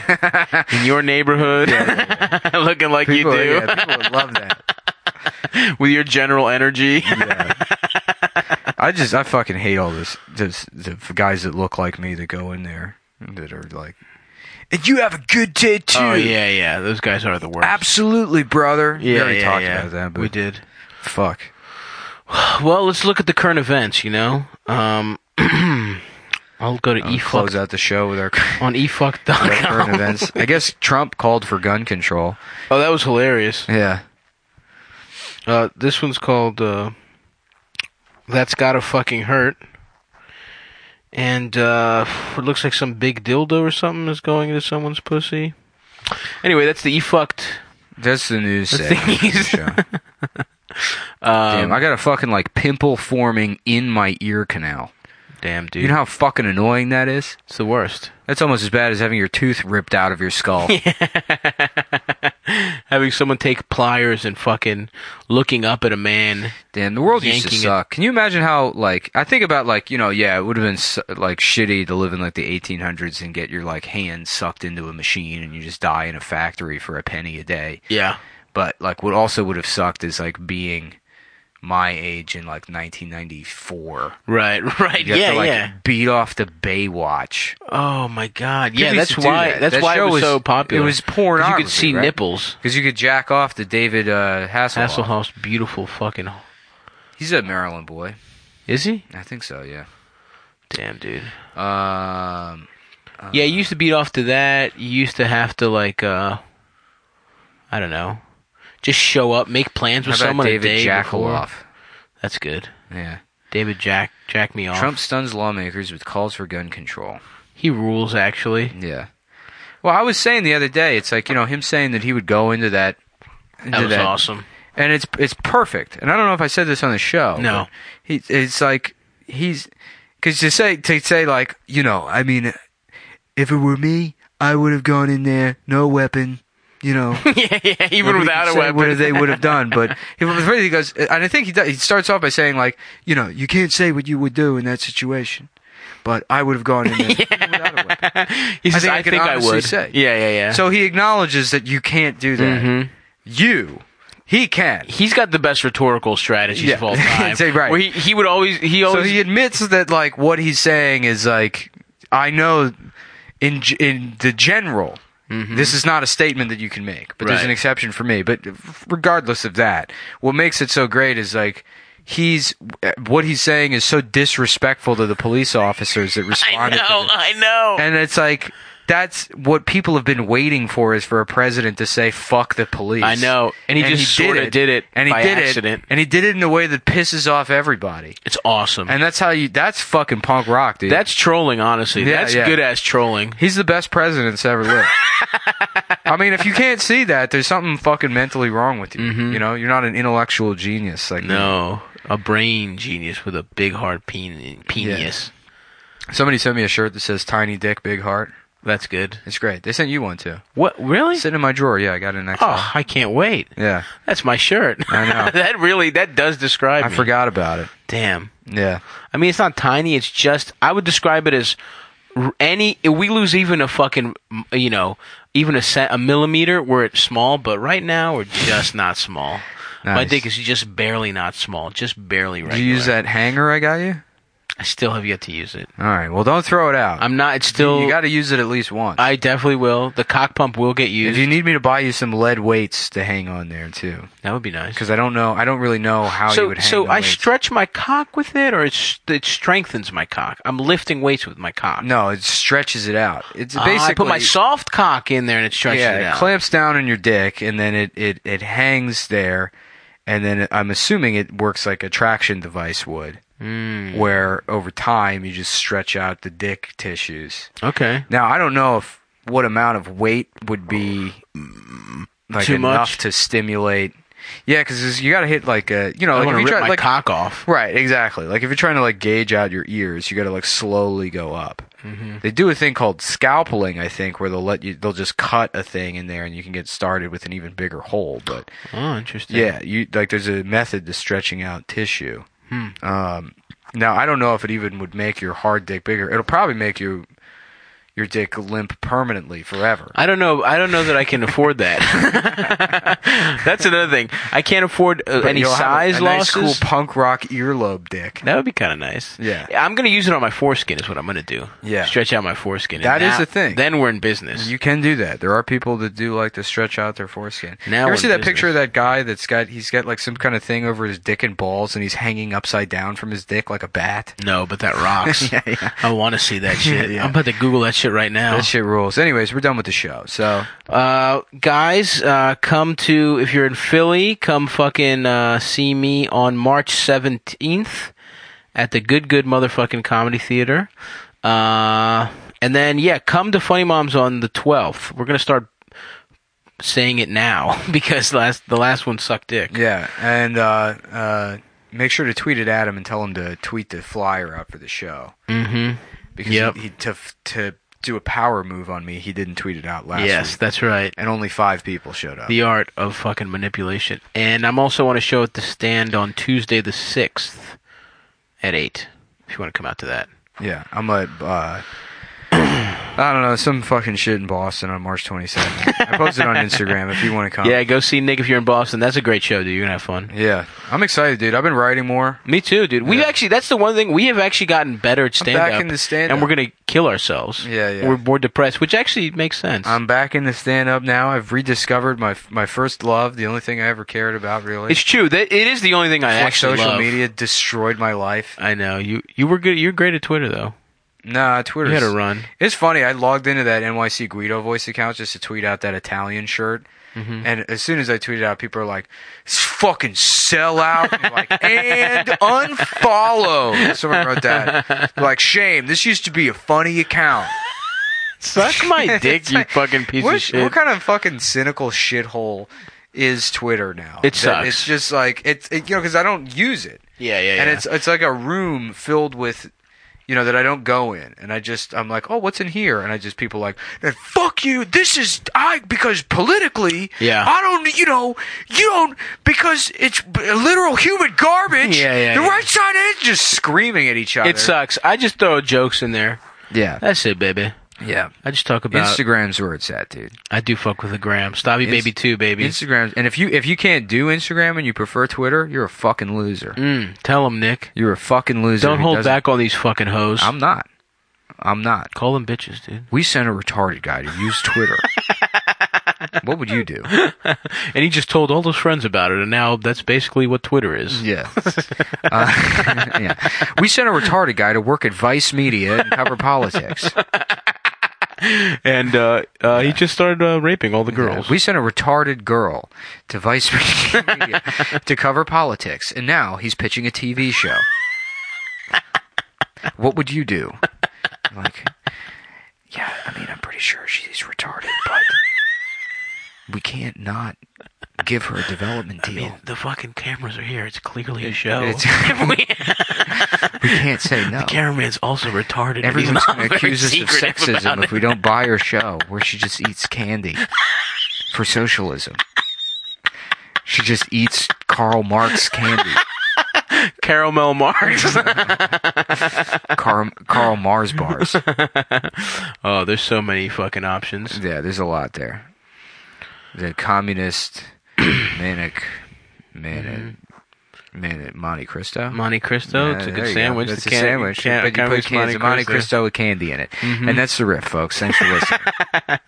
In your neighborhood, looking like
People,
you do,
yeah, people would love that.
with your general energy.
Yeah. I just, I fucking hate all this. This the guys that look like me that go in there that are like, and you have a good day too.
oh yeah, yeah. Those guys are the worst.
Absolutely, brother.
Yeah,
we already
yeah,
talked
yeah.
about that, but
we did.
fuck.
Well, let's look at the current events. You know, um, I'll go to
We
e
close
fuck
out the show with our current
on efuck.com.
events. I guess Trump called for gun control.
Oh, that was hilarious.
Yeah,
Uh, this one's called uh, "That's Gotta Fucking Hurt," and uh, it looks like some big dildo or something is going into someone's pussy. Anyway, that's the e fucked.
that's the news. segment of
thing
the
is-
show. Damn,
Um,
I got a fucking like pimple forming in my ear canal.
damn, dude,
You know how fucking annoying that is.
it's the worst.
That's almost as bad as having your tooth ripped out of your skull.
Having someone take pliers and fucking looking up at a man.
Damn, the world used to
Yanking it.
suck. Can you imagine how, like, I think about, like, you know, yeah, it would have been, su- like, shitty to live in, like, the 1800s and get your, like, hand sucked into a machine and you just die in a factory for a penny a day.
Yeah,
But, like, what also would have sucked is, like, being my age in, like, 1994.
right, right,
You have
yeah,
to, like,
yeah.
beat off the Baywatch.
Oh my god,
People
yeah,
used
that's
to do
why.
that.
That's
That
why it
show
was,
was-
so popular.
it was porn
'Cause You could see
right?
nipples.
Because you could jack off to David uh, Hasselhoff.
Hasselhoff's beautiful fucking.
He's a Maryland boy.
Is he?
I think so, yeah.
Damn, dude.
Um...
yeah, you used to beat off to that. You used to have to like, uh I don't know, just show up, make plans with
How about
someone. a
David
day before.
Jackaloff?
That's good.
Yeah.
David Jack Jack me off.
Trump stuns lawmakers with calls for gun control.
He rules actually.
Yeah. Well, I was saying the other day, it's like you know him saying that he would go into that. Into
That was awesome.
And it's it's perfect. And I don't know if I said this on the show.
No.
but He it's like he's because to say to say like you know I mean, if it were me, I would have gone in there no weapon. You know,
yeah, yeah. Even
Nobody
without
can
a
say
weapon,
what they would have done. But he was really he goes, and I think he does, he starts off by saying like, you know, you can't say what you would do in that situation. But I would have gone in there without a weapon.
he says,
think I
"I
can
think I,
honestly
would."
say.
Yeah, yeah, yeah.
So he acknowledges that you can't do that.
Mm-hmm.
You, he can.
he's got the best rhetorical strategies
Yeah.
of all time.
Say, right.
Where he, he would always he
So
always
he admits that like what he's saying is like, I know, in g- in the general. This is not a statement that you can make, but there's
Mm-hmm. Right.
an exception for me. But regardless of that, what makes it so great is like he's what he's saying is so disrespectful to the police officers that
I
responded. to
know,
the-
I know.
and it's like that's what people have been waiting for is for a president to say "fuck the police."
I know. And he just sorta did it
and he
by
did
accident.
it, and he did it in a way that pisses off everybody.
it's awesome.
And that's how you. That's fucking punk rock, dude.
that's trolling, honestly.
Yeah,
that's
yeah.
good ass trolling.
he's the best president that's ever lived. I mean, if you can't see that, there's something fucking mentally wrong with you. You know, you're not an intellectual genius. Like
Mm-hmm. No, a brain genius with a big hard pen- penis.
somebody sent me a shirt that says "Tiny Dick, Big Heart."
That's good.
It's great. They sent you one too.
What really?
Sitting in my drawer. Yeah, I got it next. time.
Oh, I can't wait.
Yeah,
That's my shirt.
I know.
that really that does describe.
I
me.
forgot about it.
Damn.
Yeah.
I mean, it's not tiny. It's just I would describe it as r- any. If we lose even a fucking, m- you know, even a cent, a millimeter, we're at small. But right now, we're just not small. My
Nice.
dick is just barely not small, just barely
Did
regular.
you use that hanger I got you?
I still have yet to use it.
All right. Well, don't throw it out.
I'm not. It's still.
you got to use it at least once.
I definitely will. The cock pump will get
if
used.
you need me to buy you some lead weights to hang on there too,
that would be nice.
because I don't know, I don't really know how you
So,
would hang.
so
the
I
weights.
stretch my cock with it, or it's, it strengthens my cock. I'm lifting weights with my cock.
no, it stretches it out. It's
Ah,
basically
I put my soft cock in there and it stretches
yeah,
it out.
clamps down on your dick, and then it it it hangs there, and then I'm assuming it works like a traction device would,
Mm,
where over time you just stretch out the dick tissues.
okay.
Now I don't know if what amount of weight would be like
Mm. Too
enough
much?
to stimulate. Yeah, because you got to hit like a you know
I
like
want
if you
to rip
try
my
like
cock off.
right exactly like if you're trying to like gauge out your ears, you got to like slowly go up.
Mm-hmm.
They do a thing called scalpeling, I think, where they'll let you they'll just cut a thing in there and you can get started with an even bigger hole. But
Oh, interesting.
yeah, you like there's a method to stretching out tissue.
Hmm.
Um, now I don't know if it even would make your hard dick bigger. It'll probably make you your dick limp permanently forever.
I don't know. I don't know that I can afford that. That's another thing. I can't afford uh,
But
any
you'll have
size
a, a
losses.
Nice cool punk rock earlobe dick.
that would be kind of nice.
Yeah.
I'm gonna use it on my foreskin. Is what I'm gonna do.
Yeah.
Stretch out my foreskin.
That
That is
is the thing.
Then we're in business.
You can do that. There are people that do like to stretch out their foreskin.
Now
you ever
we're
see
in
that picture
business.
of that guy that's got he's got like some kind of thing over his dick and balls and he's hanging upside down from his dick like a bat?
no, but that rocks.
Yeah, yeah.
I want to see that shit.
yeah.
I'm about to Google that shit right now.
That shit rules. Anyways, we're done with the show. So
Uh, guys, uh, come to if you're in Philly, come fucking uh, see me on March seventeenth at the Good Good Motherfucking Comedy Theater. Uh, and then yeah, come to Funny Moms on the twelfth. We're gonna start saying it now because last the last one sucked dick.
yeah, and uh, uh, make sure to tweet at Adam and tell him to tweet the flyer out for the show
Mm-hmm.
because
Yep.
he, he to to do a power move on me. He didn't tweet it out last
Yes,
week,
that's right.
and only five people showed up.
The art of fucking manipulation. And I'm also on a show at the stand on Tuesday the sixth at eight. If you want to come out to that.
Yeah, I'm a. Uh, I don't know some fucking shit in Boston on March 22nd. I posted on Instagram if you want to come.
Yeah, go see Nick if you're in Boston. That's a great show, dude. You're gonna have fun.
yeah. I'm excited, dude. I've been writing more.
Me too, dude. We
Yeah.
actually that's the one thing we have actually gotten better at stand
back
up.
into stand-up.
and we're gonna kill ourselves.
Yeah, yeah.
We're more depressed, which actually makes sense.
I'm back in the stand up now. I've rediscovered my my first love, the only thing I ever cared about really.
it's true. That it is the only thing I
Before
actually
social
love.
media destroyed my life.
I know you. You were good. You're great at Twitter though.
Nah, Twitter.
You had a run.
It's funny. I logged into that NYC Guido voice account just to tweet out that Italian shirt.
Mm-hmm.
And as soon as I tweeted out, people are like, "S- "Fucking sell out!" And, like, and unfollow. Someone wrote that. Like, shame. This used to be a funny account.
Suck my dick,
It's
you
like,
fucking piece
what,
of shit.
What kind of fucking cynical shithole is Twitter now?
It
That
sucks.
It's just like it's it, you know because I don't use it
yeah, yeah, yeah.
and it's it's like a room filled with you know that I don't go in and I just I'm like oh what's in here and I just people like "And fuck you this is I because politically
Yeah.
I don't you know you don't because it's b- literal human garbage
Yeah, yeah,
the
yeah. uh,
right side is just screaming at each other
it sucks. I just throw jokes in there.
yeah
That's it, baby.
yeah
I just talk about.
Instagram's where it's at dude
I do fuck with the gram. Stabby
Inst-
baby too, baby.
Instagram and if you if you can't do Instagram and you prefer Twitter you're a fucking loser
mm, tell him, Nick.
you're a fucking loser
Don't
who
hold
doesn't-
back on these fucking hoes.
I'm not I'm not
Call them bitches, dude.
we sent a retarded guy to use Twitter. what would you do?
And he just told all his friends about it, and now that's basically what Twitter is.
Yeah. Uh, yeah. We sent a retarded guy to work at Vice Media and cover politics.
And uh, uh, he just started uh, raping all the girls.
We sent a retarded girl to Vice Media to cover politics, and now he's pitching a TV show. What would you do? Like, yeah, I mean, I'm pretty sure she's retarded, but we can't not give her a development deal.
the fucking cameras are here. It's clearly a show.
It's-
the
we can't say no.
cameraman's also retarded. and he's
Everyone's
not
going to
very
accuse us of
secretive about
sexism if
it.
we don't buy her show where she just eats candy for socialism. She just eats Karl Marx candy.
Caramel Marks.
Karl, Karl Mars bars.
oh, there's so many fucking options.
Yeah, there's a lot there. The communist, manic, man, Man, at Monte Cristo.
Monte Cristo.
Yeah,
it's a
there
good
you go.
sandwich.
That's
The
a
can-
sandwich.
can-
but you put
can- Monte Mm-hmm.
cans of Monte Cristo with candy in it, and that's the riff, folks. Thanks for listening.